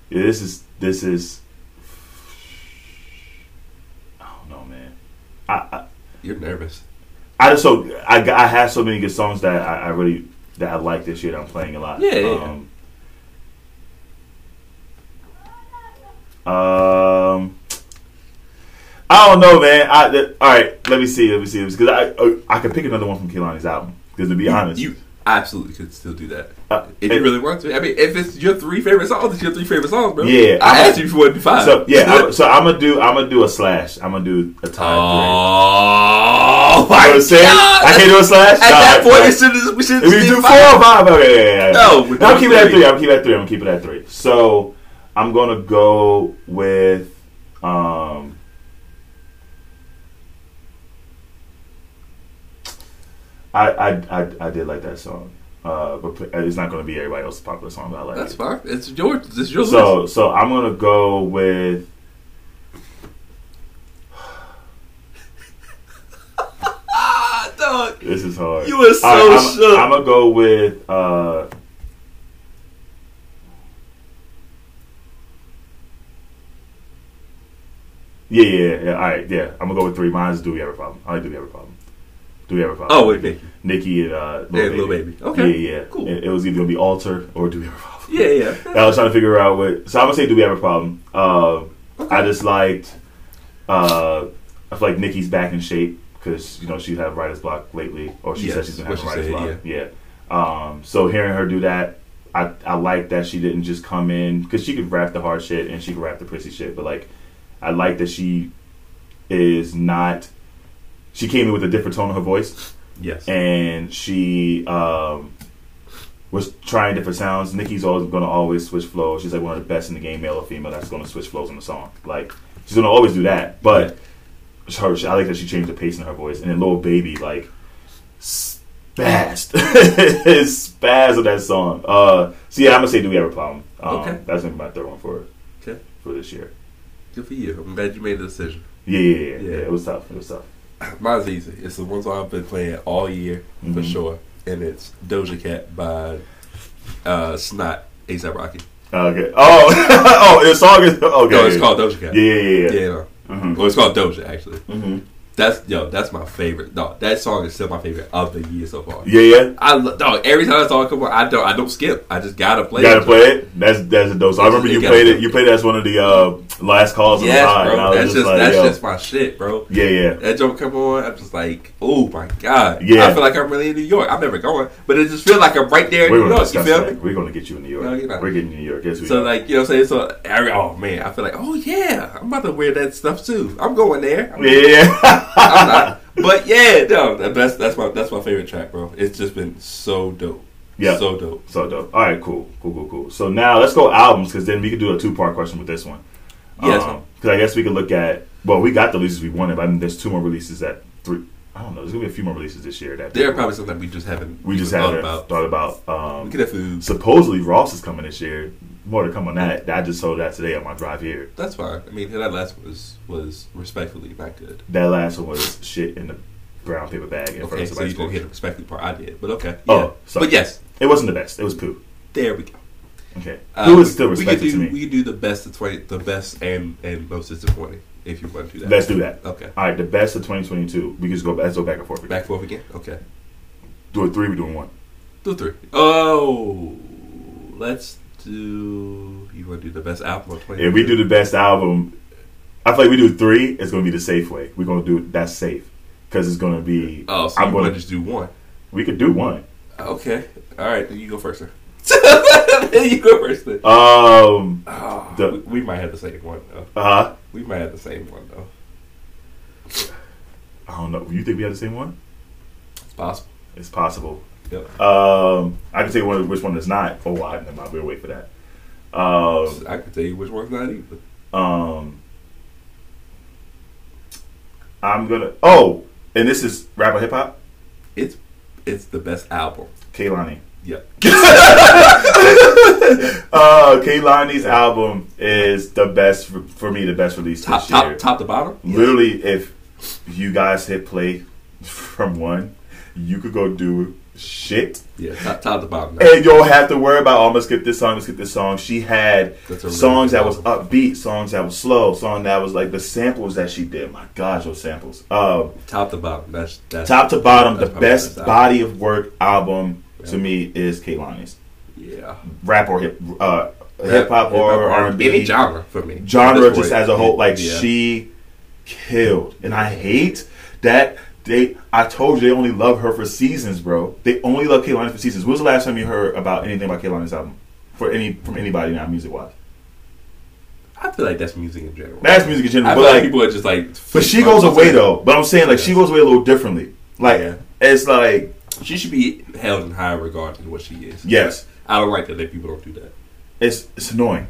Yeah, this is this is. I don't know, man. I, I
You're nervous.
I just so I, got- I had so many good songs that I, I really that I like this year that I'm playing a lot.
Yeah, yeah, yeah.
Um, um, I don't know, man. I th- all right. Let me see. Let me see. Because I uh, I could pick another one from Kehlani's album. Because to be honest,
You absolutely could still do that.
uh,
If
it-
you really want to. I mean, if it's your three favorite songs, it's your three favorite songs, bro.
Yeah,
I
I'm-
asked you if you wanted to do five.
so yeah. I, so I'm gonna do I'm gonna do a slash. I'm gonna do a tie.
Oh,
three.
my
You know what I'm saying?
God.
I can't do a slash.
At that
Nah,
point,
nah.
it should have, we should
If
have
we
did
do four
five.
or five, okay, yeah, yeah, yeah.
No, we're
I'm
doing
keeping it at
three.
three. I'm keeping it at three. I'm keeping it at three. So I'm gonna go with um. I I I, I did like that song, uh, but pl- it's not gonna be everybody else's popular song. But I like
That's
it.
fine. It's yours. It's yours.
So so I'm gonna go with.
ah, dog.
This is hard.
You were so
I'm,
shook.
I'm gonna go with. Uh, yeah, yeah, yeah. All right, yeah. I'm gonna go with three. Mine's "Do We Have a Problem." I like "Do We Have a Problem." Do we have a problem?
Oh, with Nicki.
Nicki and uh, Lil
And
Baby.
Lil Baby. Okay.
Yeah, yeah.
Cool.
It, it was either gonna be "Alter" or "Do We Have a Problem."
Yeah, yeah.
I was trying to figure out what. So I'm gonna say, "Do We Have a Problem?" Uh, I just liked. Uh, I feel like Nikki's back in shape because you know she's had writer's block lately, or she said
Yes,
she's been
what
having
she
writer's
said,
block. Yeah. Um, so hearing her do that, I I like that she didn't just come in because she could rap the hard shit and she could rap the prissy shit, but like I like that she is not. She came in with a different tone of her voice
Yes.
and she um, was trying different sounds. Nikki's always gonna always switch flows. She's like one of the best in the game, male or female, that's gonna switch flows in the song. Like she's gonna always do that. But her, I like that she changed the pace in her voice. And then Lil Baby like spazzed, (laughs) spazzed on that song. Uh, so yeah, I'm gonna say Do We Have a Problem? Um,
Okay.
that's gonna be my third one for
Okay.
for this year.
Good for you. I'm glad you made the decision.
Yeah, yeah, yeah, yeah.
Yeah.
It was tough. It was tough.
Mine's easy. It's the one song I've been playing all year for
Mhm.
sure, and it's Doja Cat by uh, Snot ASAP Rocky.
Okay. Oh, (laughs) oh, the song is okay.
No, it's called Doja Cat.
Yeah, yeah, yeah.
Yeah.
yeah.
no.
Mhm.
Well, it's called Doja actually.
Mhm.
That's yo. That's my favorite. No, that song is still my favorite of the year so far.
Yeah, yeah.
I lo- dog every time that song come on, I don't I don't skip. I just gotta play.
You gotta
it.
play it. That's that's a dope. So I remember you
You gotta
played
do
it.
it.
You played it as one of the uh, last calls of
Yes,
the line. and I
bro.
was
That's just
like,
that's
yo.
just my shit, bro.
yeah, yeah,
That joke come on, I'm just like, oh my god.
Yeah.
I feel like I'm really in New York. I'm never going, but it just feels like I'm right there in
We're
New
gonna
York. You
discuss
feel me?
that. We're gonna get you in New York.
No, you're not.
We're getting you in New York. Yes, we.
So
are.
like you know what I'm saying? So every, oh man, I feel like oh yeah, I'm about to wear that stuff too. I'm going there. I'm,
yeah, (laughs)
I'm not. But yeah, no, that- that's that's my that's my favorite track, bro. It's just been so dope.
yeah. So,
so dope.
dope. All right, cool, cool, cool, cool. So now let's go albums because then we could do a two part question with this one.
Yeah, that's
because I guess we could look at. Well, we got the releases we wanted, but I mean, there's two more releases that three. I don't know. There's gonna be a few more releases this year that
There are probably something we just haven't
we just
even
haven't
thought about.
thought about. Um,
We could definitely.
supposedly Ross is coming this year. More to come on that. I just saw that today on my drive here.
That's fine. I mean, that last one was was respectfully not good.
That last one was shit in the brown paper bag in front
Okay,
of
so
somebody's
you didn't
porch.
hit the respectfully part. I did, but okay.
Oh,
yeah.
sorry.
but yes,
It wasn't the best. It was poo.
there we go.
Okay,
Uh,
who is still
we could
respected
do,
to me?
We could do the best of twenty, the best and and most disappointing. If you want to do that,
Let's do that.
Okay,
All right, the best of 2022. We just go. Let's go back and forth.
back forth again. Okay,
Do a three. We doing one.
do three. Oh, let's do. You want to do the best album of twenty?
If we do the best album, I feel like we do three. It's gonna be the safe way. We're gonna do that's safe because it's gonna be.
Oh, so
I'm
I'm going
gonna.
to just do one.
We could do one.
Okay, all right. Then you go
(laughs)
first. Then Then (laughs) you go first. Then.
Um.
Oh,
The-
we, we might have the same one though.
Uh huh.
We might have the same one though.
I don't know. You think we have the same one?
It's possible.
It's possible.
Yep.
Um, I can tell you one, which one is not. Oh, I never mind. We'll wait for that. Um,
I can tell you which one's not even.
um, I'm gonna. Oh, and this is rap or hip hop.
It's it's the best album.
Kaylani.
Yep.
Uh, Kaylani's album is the best for, for me. The best release
Top
this year.
top top to bottom.
Literally, if you guys hit play (laughs) from one, you could go do shit,
Yeah, top, top to bottom.
and you'll have to worry about. Oh, I'm gonna skip this song. I'm gonna skip this song. She had
That's a really
songs
good
that was
album.
upbeat, songs that was slow, song that was like the samples that she did. My gosh, those samples. Um,
Top to bottom. That's that's
top to bottom, the
that's probably
best
album.
body of work album to
Yeah.
me is Kaylani's
Yeah.
rap or hip uh, hip hop or R and
any
B
genre for me. At
genre
this
just
point.
as a whole. Like
Yeah.
she killed, and I hate that they. I told you they only love her for seasons, bro. They only love Kaylani for seasons. When was the last time you heard about anything about Kaylani's album for any from anybody now music wise?
I feel like that's music in general.
That's music in
I
general,
feel
but like,
like, people are just like.
but she goes away though. But I'm saying like she
Yes.
goes away a little differently. Like
Yeah.
it's like
She should be held in high regard than what she is.
yes,
I don't like that that people don't do that.
it's it's annoying.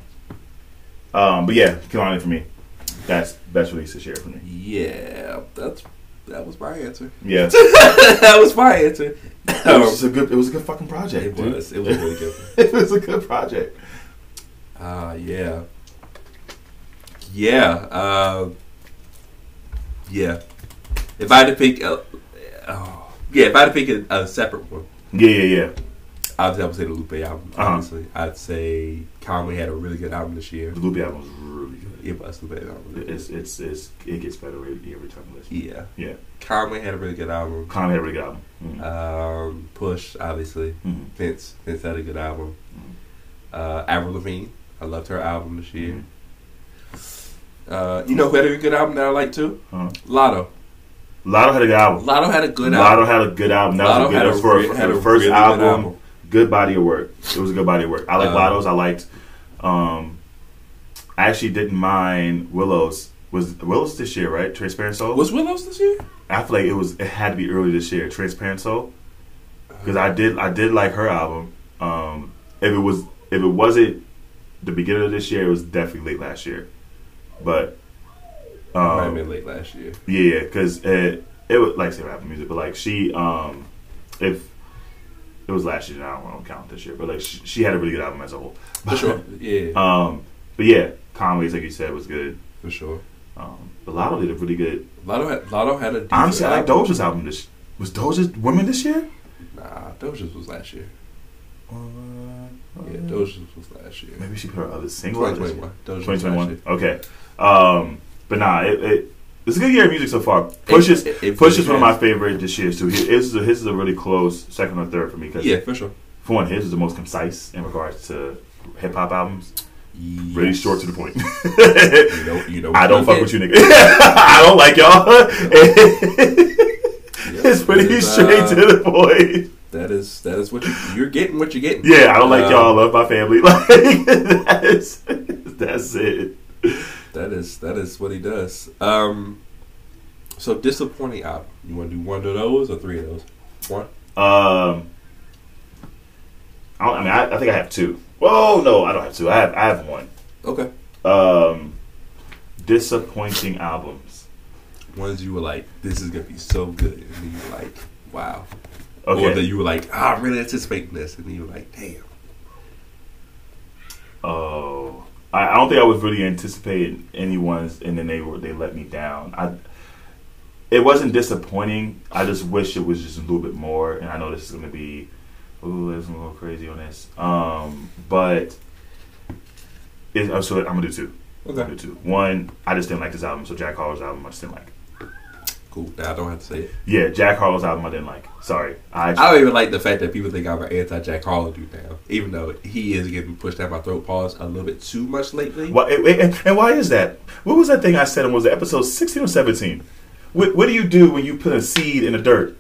Um, but yeah, Kaylani for me. That's best release this year for me.
Yeah, that's that was my answer. (laughs)
Yeah, it
that was my
(laughs)
answer. Oh,
was just a good. It was a good fucking project.
it
dude.
was. It was really good.
(laughs) it was a good project.
Ah, yeah. Yeah. Uh, yeah. If I had to pick, a, oh, yeah, if I had to pick a, a separate one,
Yeah, yeah, yeah.
obviously I would say the Lupe album.
Uh-huh.
Obviously, I'd say Conway had a really good album this year.
The Lupe album was really good.
It was Lupe album.
It's, it's, it's, it gets better every every time. I listen.
Yeah.
Yeah.
Conway had a really good album.
Con had a really good album. Mm.
Um, Push, obviously.
Mhm.
Vince, Vince had a good album.
Mm-hmm.
Uh, Avril Lavigne, I loved her album this year.
Mm-hmm.
Uh, you know who had a good album that I like too?
Huh.
Lotto.
Uh-huh. Lotto had a good album.
Lotto had a good
Lotto
album.
had a good album. That
Lotto
was a good
had a
album for,
re-
for
had
the
a
first
really good
album, good
album.
body of work. It was a good body of work. I like
Um,
Lotto's. I liked. Um, I actually didn't mind Willow's. Was Willow's this year, right? Transparent Soul.
Was Willows this year?
I feel like it was. It had to be early this year. Transparent Soul. because I did I did like her album. Um, if it was if it wasn't the beginning of this year, it was definitely late last year. But
I
um,
mean, late last year.
yeah, because it it was like I say rap music, but like she um, if it was last year, I don't want to count this year, but like she, she had a really good album as a whole. (laughs)
For sure. Yeah,
um, but yeah, Conway's like you said was good.
for sure.
Um, but Lotto did a really good.
Lotto had, Lotto had a decent
Honestly, I like
album.
Doja's album. This was Doja's Women this year.
Nah, Doja's was last year.
Uh,
Yeah, Doja's was last year.
Maybe she put her other single. out this year.
2021. Doja's was last year.
2021. Okay. Um, but nah, it, it, it's a good year of music so far. Push is
It- it-
Push
it
is one of
has-
my favorite this year. So his is a, his is a really close second or third for me because
Yeah, for sure.
for one, his is the most concise in regards to hip hop albums. Really
Yes.
short to the
(laughs)
point.
You know, you know
I don't fuck
Okay.
with you, nigga. (laughs) I don't like y'all. (laughs)
Yep,
it's pretty
it's,
straight
uh,
to the point.
That is that is what you, you're getting. What you're getting.
Yeah, I don't like
Uh,
y'all. Love my family. (laughs) Like that's that's it.
That is that is what he does. Um, so disappointing album. You want to do one of those or three of those? One.
Um, I, don't, I mean, I, I think I have two. Well, no, I don't have two. I have I have one.
Okay.
Um, disappointing albums.
Ones you were like, this is gonna be so good, and then you were like, wow. Or that
Okay.
you were like, ah, I'm really anticipating this, and then you were like, damn.
Oh, I, I don't think I was really anticipating anyone's, and then they were they let me down. I. It wasn't disappointing. I just wish it was just a little bit more. And I know this is gonna be, ooh, it's a little crazy on this. Um, but it, oh, so I'm gonna do two. I'm gonna do two. One, I just didn't like this album. So Jack Harlow's album, I just didn't like.
Cool. Now I don't have to say it.
Yeah, Jack Harlow's album I didn't like. Sorry, I,
I don't even like the fact that people think I'm an anti-Jack Harlow dude now, even though he is getting pushed down my throat pause a little bit too much lately.
Why, and- and, and why is that? What was that thing I said? in- Was it episode sixteen or seventeen? What, what do you do when you put a seed in the dirt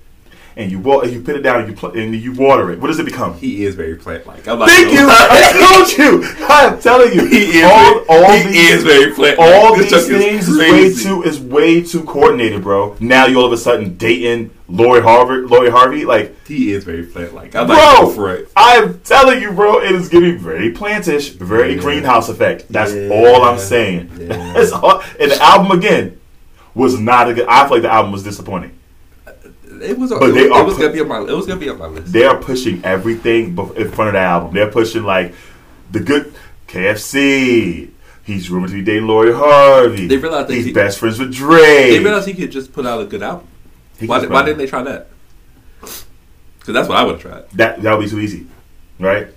and you wa- you put it down and you pl- and you water it. What does it become?
He is very plant like. I'm like,
Thank
(laughs)
you. I told you. I'm telling you.
He is.
All, all
he
these,
is very plant.
all these things is way too is way too coordinated, bro. Now you all of a sudden dating Lori Harvey. Lori Harvey, like,
He is very plant like. I'm like,
bro.
go for it.
I'm telling you, bro. It is giving very plantish, very
Yeah.
greenhouse effect. That's
Yeah.
all I'm saying. (laughs)
Yeah.
That's all. And the album again was not a good. I feel like the album was disappointing.
It was.
But
it,
they
was-
are
it was
put-
gonna be on my. It was gonna be on my list.
they are pushing everything bef- in front of the album. They're pushing like the good KFC. He's rumored to be dating Lori Harvey.
They realized that
he's
he-
best friends with Dre.
They realized he could just put out a good album.
He
Why,
could-
why didn't they try that? Because that's what I would have tried.
That that would be too easy, right?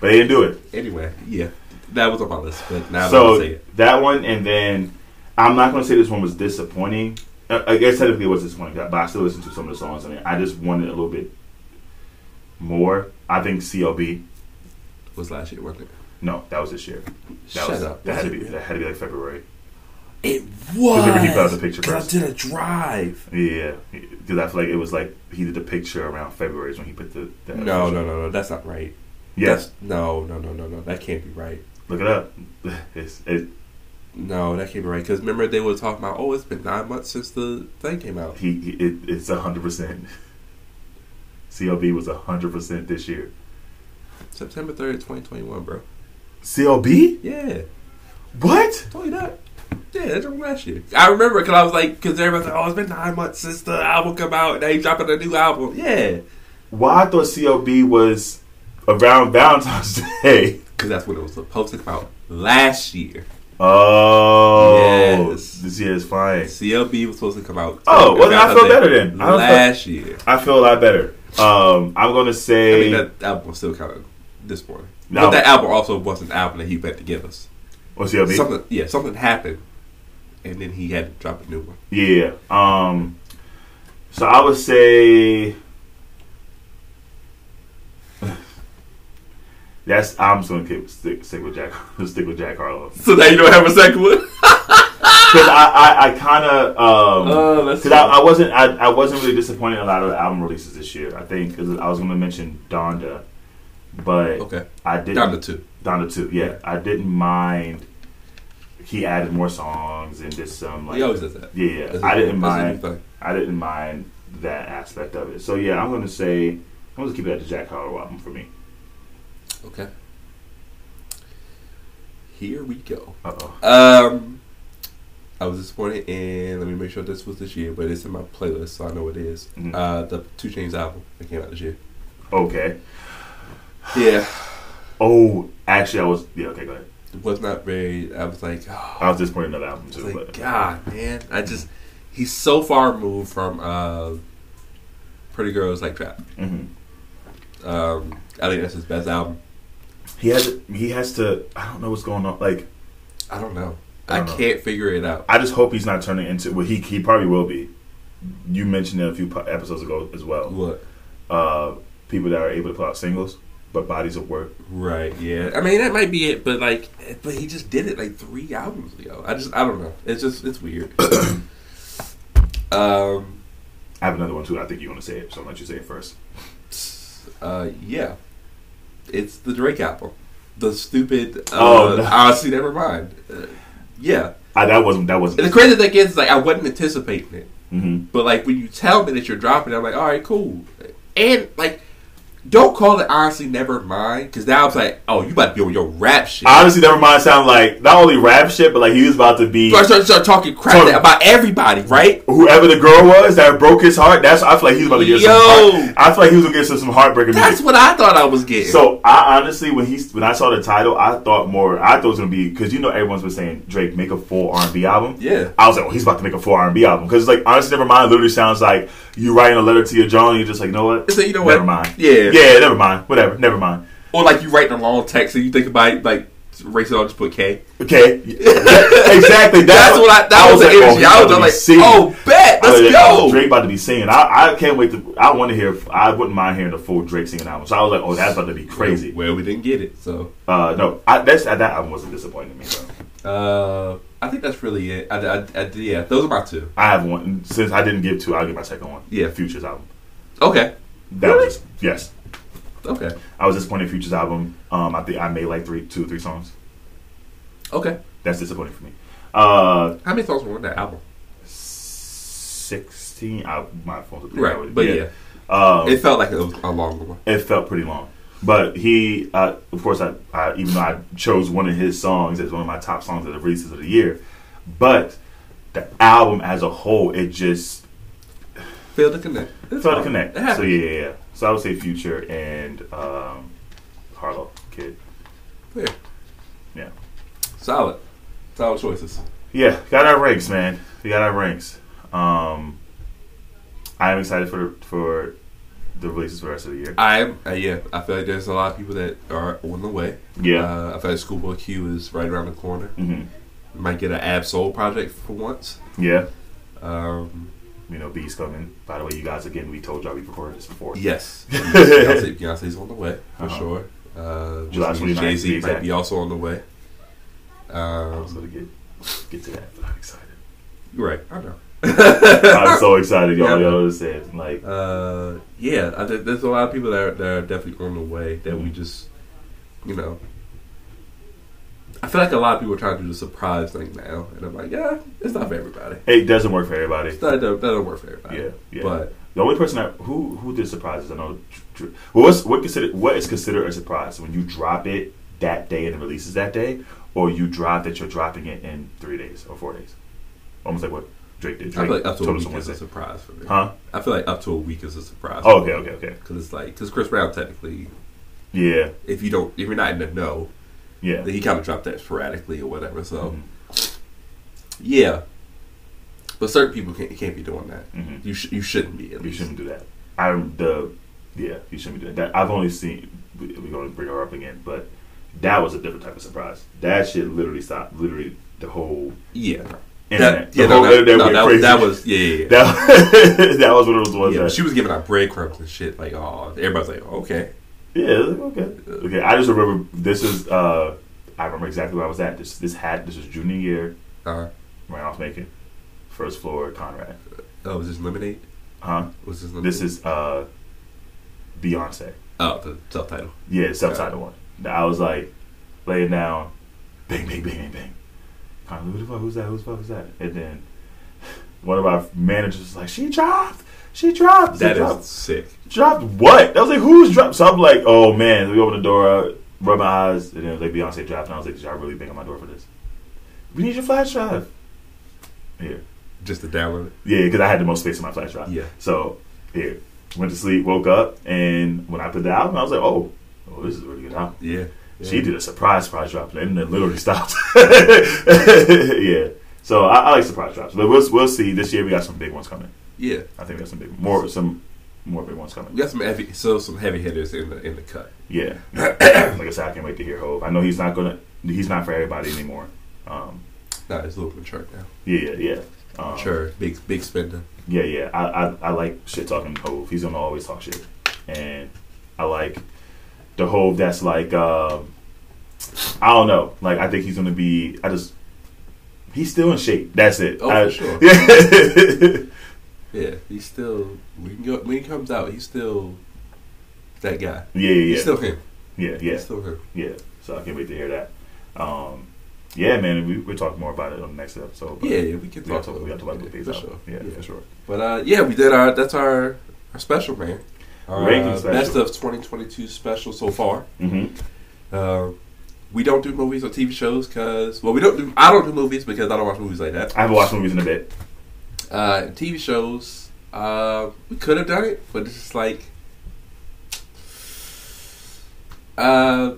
But they didn't do it.
Anyway, yeah, that was on my list, but now I'm gonna say
so
it.
that one, and then I'm not going to say this one was disappointing. Uh, I guess technically it was disappointing, but I still listened to some of the songs. I mean, I just wanted a little bit more. I think CLB.
Was last year, wasn't it?
No, that was this year. That
Shut
was,
up.
That had to
Was
be.
it
That had to be like February.
It
they were deep out of the picture
'Cause
first.
did a drive.
Yeah, because I feel like it was like he did the picture around February is when he put the. the
No, no, no, no. That's not right.
Yes,
That's- No, no, no, no, no. That can't be right.
look it up. (laughs) It's, it,
No, that can't be right. Because remember they were talking about, oh, it's been nine months since the thing came out.
he, he it, it's hundred percent. (laughs) CLB was hundred percent this year.
September third, twenty twenty one, bro.
CLB?
Yeah,
What?
told you that. Yeah, that's from last year. I remember because I was like, because everybody's like, oh, it's been nine months since the album come out, and they dropping a new album. Yeah,
Why I thought CLB was around Valentine's (laughs) Day.
because that's when it was supposed to come out last year.
Oh,
Yes.
this year is fine.
CLB was supposed to come out.
Oh, well, then I feel better then. I don't feel-
Last year,
I feel a lot better. Um, I'm gonna
I
say
mean that album was still kind of disappointing.
No.
But that album also wasn't an album that he meant to give us.
oh, CLB.
Something, yeah, something happened, and then he had to drop a new one.
Yeah. Um. So I would say (laughs) that's. I'm just gonna keep stick, stick with Jack. (laughs) Stick with Jack Harlow
So now you don't have a second one.
because I I, I kind of um.
Oh, that's
Because I, I wasn't I, I wasn't really disappointed in a lot of the album releases this year. I think 'cause I was going to mention Donda, but
okay.
I didn't
Down to two.
Donda too. Yeah, I didn't mind. He added more songs and did some like
he always does that.
yeah.
That's
I
his-
didn't
that's
mind.
his new thing.
I didn't mind that aspect of it. So yeah, I'm gonna say I'm gonna keep that to Jack Harlow album for me.
Okay. Here we go.
Uh oh.
Um, I was disappointed in. Let me make sure this was this year, but it's in my playlist, so I know it is.
Mhm.
Uh, the Two Chains album that came out this year.
Okay.
Yeah,
Oh, actually, I was yeah. Okay, go ahead.
it was not very. I was like, oh,
I was disappointed in that album
I
too.
was like,
but
God, man, I just he's so far removed from uh, Pretty Girls Like Trap.
hmm
Um, I think that's his best album.
he has he has to. I don't know what's going on. Like
I don't know.
I
I,
don't know.
can't figure it out.
I just hope he's not turning into. Well, he he probably will be. You mentioned it a few po- episodes ago as well.
What?
Uh, people that are able to put out singles, but bodies of work.
Right. Yeah. I mean, that might be it, but like, but he just did it like three albums ago. I just, I don't know. It's just, it's
(coughs)
weird. um.
I have another one too. I think you want to say it, so I'll let you say it first.
Uh. Yeah. It's the Drake album. The stupid. Uh,
Oh, no.
Honestly, never mind. Uh, yeah.
I, that wasn't that
And the
wasn't.
crazy thing is, like, I wasn't anticipating it.
hmm
But like when you tell me that you're dropping, it, I'm like, all right, cool. And like, don't call it honestly, never mind, because now I'm like, oh, you about to be on your rap shit.
Honestly, never mind. Sound like not only rap shit, but like he was about to be
so I start, start talking crap
Totally.
about everybody, right?
whoever the girl was that broke his heart. That's I feel like he's about to get some.
Yo.
Heart, I feel like he was gonna get some, some heartbreaking
That's
music.
what I thought I was getting.
So I honestly, when he when I saw the title, I thought more. I thought it was gonna be because you know everyone's been saying Drake make a full R and B album.
yeah,
I was like, well, he's about to make a full R and B album because like honestly, never mind. Literally sounds like you writing a letter to your John. And you're just like, you know what?
So you know
never
what?
mind.
Yeah.
yeah, never mind. Whatever, never mind.
or like you writing a long text and you think about it, like erase it all, just put K. (laughs)
Okay, exactly.
That's what I. That was, the energy.
"Oh, he's
I
about
was
to be
like,
singing.
oh, bet,
I was
let's
like, oh,
go.
Drake about to be singing. I, I can't wait to. I want to hear. I wouldn't mind hearing the full Drake singing album. So I was like, oh, that's about to be crazy.
Well, we didn't get it, so
Uh, no, I, that's that album wasn't disappointing to me. Though.
uh, I think that's really it. I, I, I, yeah, those are my two.
I have one since I didn't give two. I'll give my second one.
Yeah.
Futures album.
Okay.
That
Really?
was just, yes.
Okay.
I was disappointed in Future's album. Um, I think I made like three, two or three songs.
Okay.
That's disappointing for me. Uh,
How many songs were on that album?
sixteen. I, my phone's up there. I
Right.
would-
But yeah.
Um,
It felt like it was a long one.
it felt pretty long. But he, uh, of course, I, I even though I chose one of his songs as one of my top songs of the releases of the year, but the album as a whole, it just
Feel the connect.
felt
It's
to
fine.
connect.
It happens.
So yeah, yeah, yeah. So I would say Future and um, Harlow Kid.
Fair.
Yeah,
Solid. Solid choices.
yeah. Got our ranks, man. We got our ranks. Um, I am excited for for the releases for the rest of the year.
I am. Uh, yeah. I feel like there's a lot of people that are on the way.
Yeah.
Uh, I feel like Schoolboy Q is right around the corner.
hmm
Might get an Ab Soul project for once.
Yeah.
Um,
You know, B's coming. By the way, you guys again. We told y'all we recorded this before. (laughs)
yes. Beyonce, Beyonce's on the way for
Uh-huh.
sure. Uh,
July
Jay
29th, to be
Z might
exact.
be also on the way.
I was
Um,
gonna get get to that, but I'm excited.
right. I know.
I'm so excited, y'all.
Yeah.
Y'all understand? Like,
Uh, yeah, I think there's a lot of people that are, that are definitely on the way that
Mm-hmm.
we just, you know. I feel like a lot of people are trying to do the surprise thing now, and I'm like, yeah, it's not for everybody.
it doesn't work for everybody.
It's not, that don't- that don't work for everybody.
Yeah, yeah.
But
the only person that who who did surprises, I know. tr- tr- Well, what's what considered what is considered a surprise when you drop it that day and it releases that day, or you drop that you're dropping it in three days or four days, almost like what Drake did.
I
Drake
feel like up to a
told us
week
on
is a
Wednesday,
surprise for me.
huh?
I feel like up to a week is a surprise.
Oh, okay, okay, okay.
Because it's like, because Chris Brown technically,
Yeah,
if you don't, if you're not in the know,
yeah.
then he kind of dropped that sporadically or whatever. So,
Mhm,
yeah. But certain people can't, can't be doing that.
mhm.
You sh- you shouldn't be. At
You
least.
shouldn't do that. I'm the yeah. You shouldn't be doing that. I've only seen. we- We're going to bring her up again, but that was a different type of surprise. That shit literally stopped. Literally, the whole
Yeah.
internet.
That, yeah,
the
no,
whole
that,
internet
no,
went
that,
crazy.
was, that was yeah, yeah, yeah.
that, that was (laughs) one of those ones.
yeah
that,
but she was giving out breadcrumbs and shit. Like, oh, everybody's like, okay,
yeah it was like, okay. Okay. I just remember this is. Uh, I remember exactly where I was at. This this had this was junior year.
uh,
Right, I was making first floor at Conrad.
oh, was this lemonade?
Huh?
Was this lemonade?
This is uh, Beyonce.
oh, the subtitle.
Yeah, subtitle one. I was like laying down, bang, bang, bang, bang, bang. Kind of, who the fuck, who's that? Who the fuck is that? And then one of our managers was like, she dropped. She dropped.
That
she
is
dropped.
sick.
dropped what? I was like, who's dropped? So I'm like, oh man. We opened the door, uh, rub my eyes, and then it was like Beyonce dropped. And I was like, did y'all really bang on my door for this? We need your flash drive. Here.
Just to download it.
Yeah, because I had the most space in my flash drive.
Yeah.
So here, went to sleep, woke up, and when I put the album, I was like, oh, oh, this is a really good album.
Yeah. yeah.
She did a surprise surprise drop, and then it literally stopped. (laughs) yeah. So I, I like surprise drops. But we'll, we'll see. This year we got some big ones coming.
Yeah,
I think we got some big more some more big ones
we
coming.
got some heavy, so some heavy hitters in the in the cut. (coughs)
Yeah. like I said, I can't wait to hear Hove. I know he's not gonna. He's not for everybody anymore. Um,
Nah, it's Lil Church now.
yeah, yeah, yeah. Um,
Sure, big big spender.
Yeah, yeah. I, I, I like shit talking Hove. He's gonna always talk shit, and I like the Hove that's like um, I don't know. Like I think he's gonna be. I just he's still in shape. That's it.
Oh,
I-
for
(laughs)
sure.
Yeah.
Yeah, he's still when he, go, when he comes out, he's still that guy.
yeah, yeah,
He's
yeah,
still him.
yeah,
He's
yeah,
still him.
yeah. So I can't wait to hear that. Um, yeah, man. We we talk more about it on the next episode.
Yeah, yeah, we can
We got
talk.
to
about
we got to like
it.
the
Yeah,
things
for
out.
sure.
Yeah,
Yeah.
for sure.
But uh, yeah, we did our. That's our our special, man. Our
Ranking
uh,
special.
best of 2022 special so far.
Mm-hmm.
Uh, we don't do movies or TV shows because well, we don't do. I don't do movies because I don't watch movies like that.
I haven't watched movies in a bit.
Uh, TV shows, uh, we could have done it, but it's just like, uh,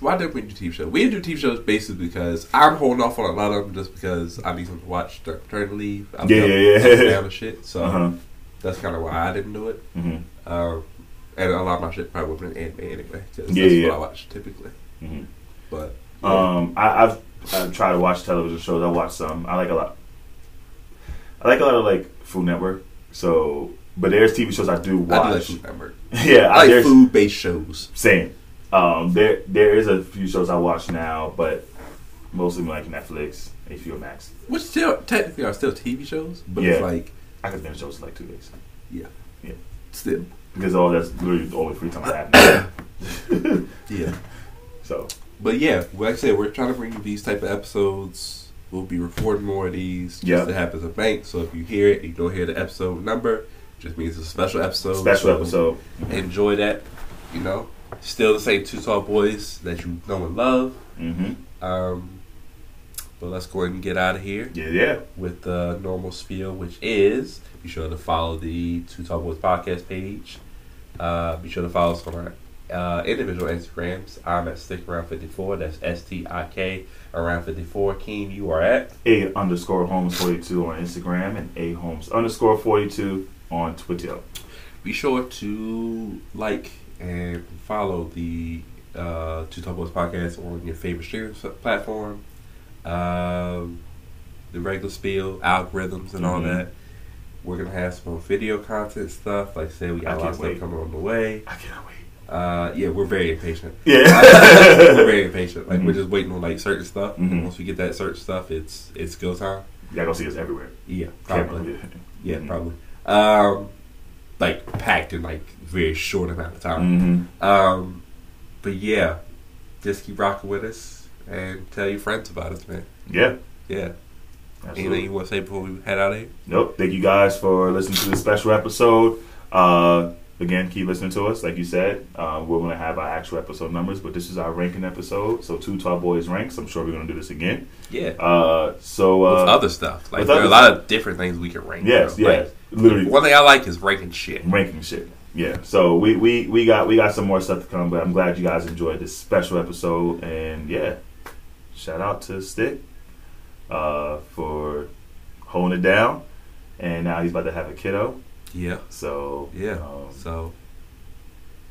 why did we do TV shows? We didn't do TV shows basically because I'm holding off on a lot of them just because I need something to watch dur- during the leave. I'm
Yeah,
done-
yeah, yeah.
I'm down and shit. So
Uh huh.
that's kind of why I didn't do it.
Mm-hmm.
Um, and a lot of my shit probably would have been anime anyway, because
Yeah,
that's
yeah.
what I watch typically.
Mm-hmm.
But
Um, I, I've I've tried to watch television shows. I watch some. I like a lot. I like a lot of like Food Network. So, but there's TV shows I do
I do like
watch.
Food Network.
(laughs) yeah,
I like
there's,
food based shows.
Same. Um, there there is a few shows I watch now, but mostly like Netflix, HBO Max.
Which still technically are still TV shows, but
Yeah.
it's like
I could finish shows in like two days.
Yeah.
Yeah.
still.
Because all that's literally the only free time I
(coughs)
have.
Yeah.
so
But yeah, like I said, we're trying to bring you these type of episodes. We'll be recording more of these.
Yeah.
Just to have as a bank. So if you hear it, you don't hear the episode number. Just means it's a special episode.
special
Oh, So
episode.
Enjoy that. You know, still the same two tall boys that you know and love.
Mm-hmm.
Um, but let's go ahead and get out of here
Yeah, yeah.
with the normal spiel, which is be sure to follow the Two Tall Boys podcast page. Uh, be sure to follow us on our uh, individual Instagrams. I'm at Stick Around 54. That's S T I K Around 54. Keem, you are at.
A underscore Holmes forty two on Instagram and A Holmes underscore forty two on Twitter.
Be sure to like and follow the uh, Two Tall Boys podcast on your favorite streaming s- platform. Um, the regular spiel, algorithms, and all
Mhm.
that. We're gonna have some more video content stuff. Like I said, we
I
got a lot
can't
of
wait.
stuff coming on the way.
I cannot wait.
Uh, yeah, we're very impatient. (laughs) we're
Yeah.
very impatient. Like we're
Mhm.
just waiting on like certain stuff.
Mhm.
And once we get that certain stuff, it's it's go time.
Y'all gonna see us everywhere.
Yeah,
Can't
probably.
believe it.
Yeah,
Mhm.
probably. Um, like packed in like very short amount of time.
Mhm.
Um, but yeah, just keep rocking with us and tell your friends about us, man.
Yeah.
Yeah. Anything
Absolutely.
you want to say before we head out of here?
Nope. Thank you guys for listening to this special episode. Uh, again, keep listening to us. Like you said, uh, we're going to have our actual episode numbers, but this is our ranking episode. So, two tall boys ranks. I'm sure we're going to do this again.
Yeah.
Uh, so,
with
uh,
other stuff. Like
with
there are
other
a lot of different things we can rank.
yes,
bro.
yes,
Like,
literally
one thing I like is ranking shit.
ranking shit. Yeah. So we, we we got we got some more stuff to come, but I'm glad you guys enjoyed this special episode. And yeah, shout out to Stick uh, for holding it down. And now he's about to have a kiddo.
Yeah.
So
Yeah.
um,
So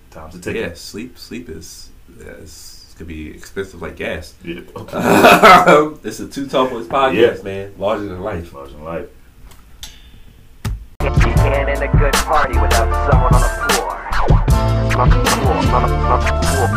Time's a ticket.
yeah, sleep sleep is yeah, it's, it's gonna be expensive
(laughs)
like gas. (laughs)
Yeah.
Uh,
Okay.
this is two tall boys podcast,
Yeah.
man. Larger than life.
Larger life.
You can't end a good party without someone on the floor. On the floor, on the, on the floor.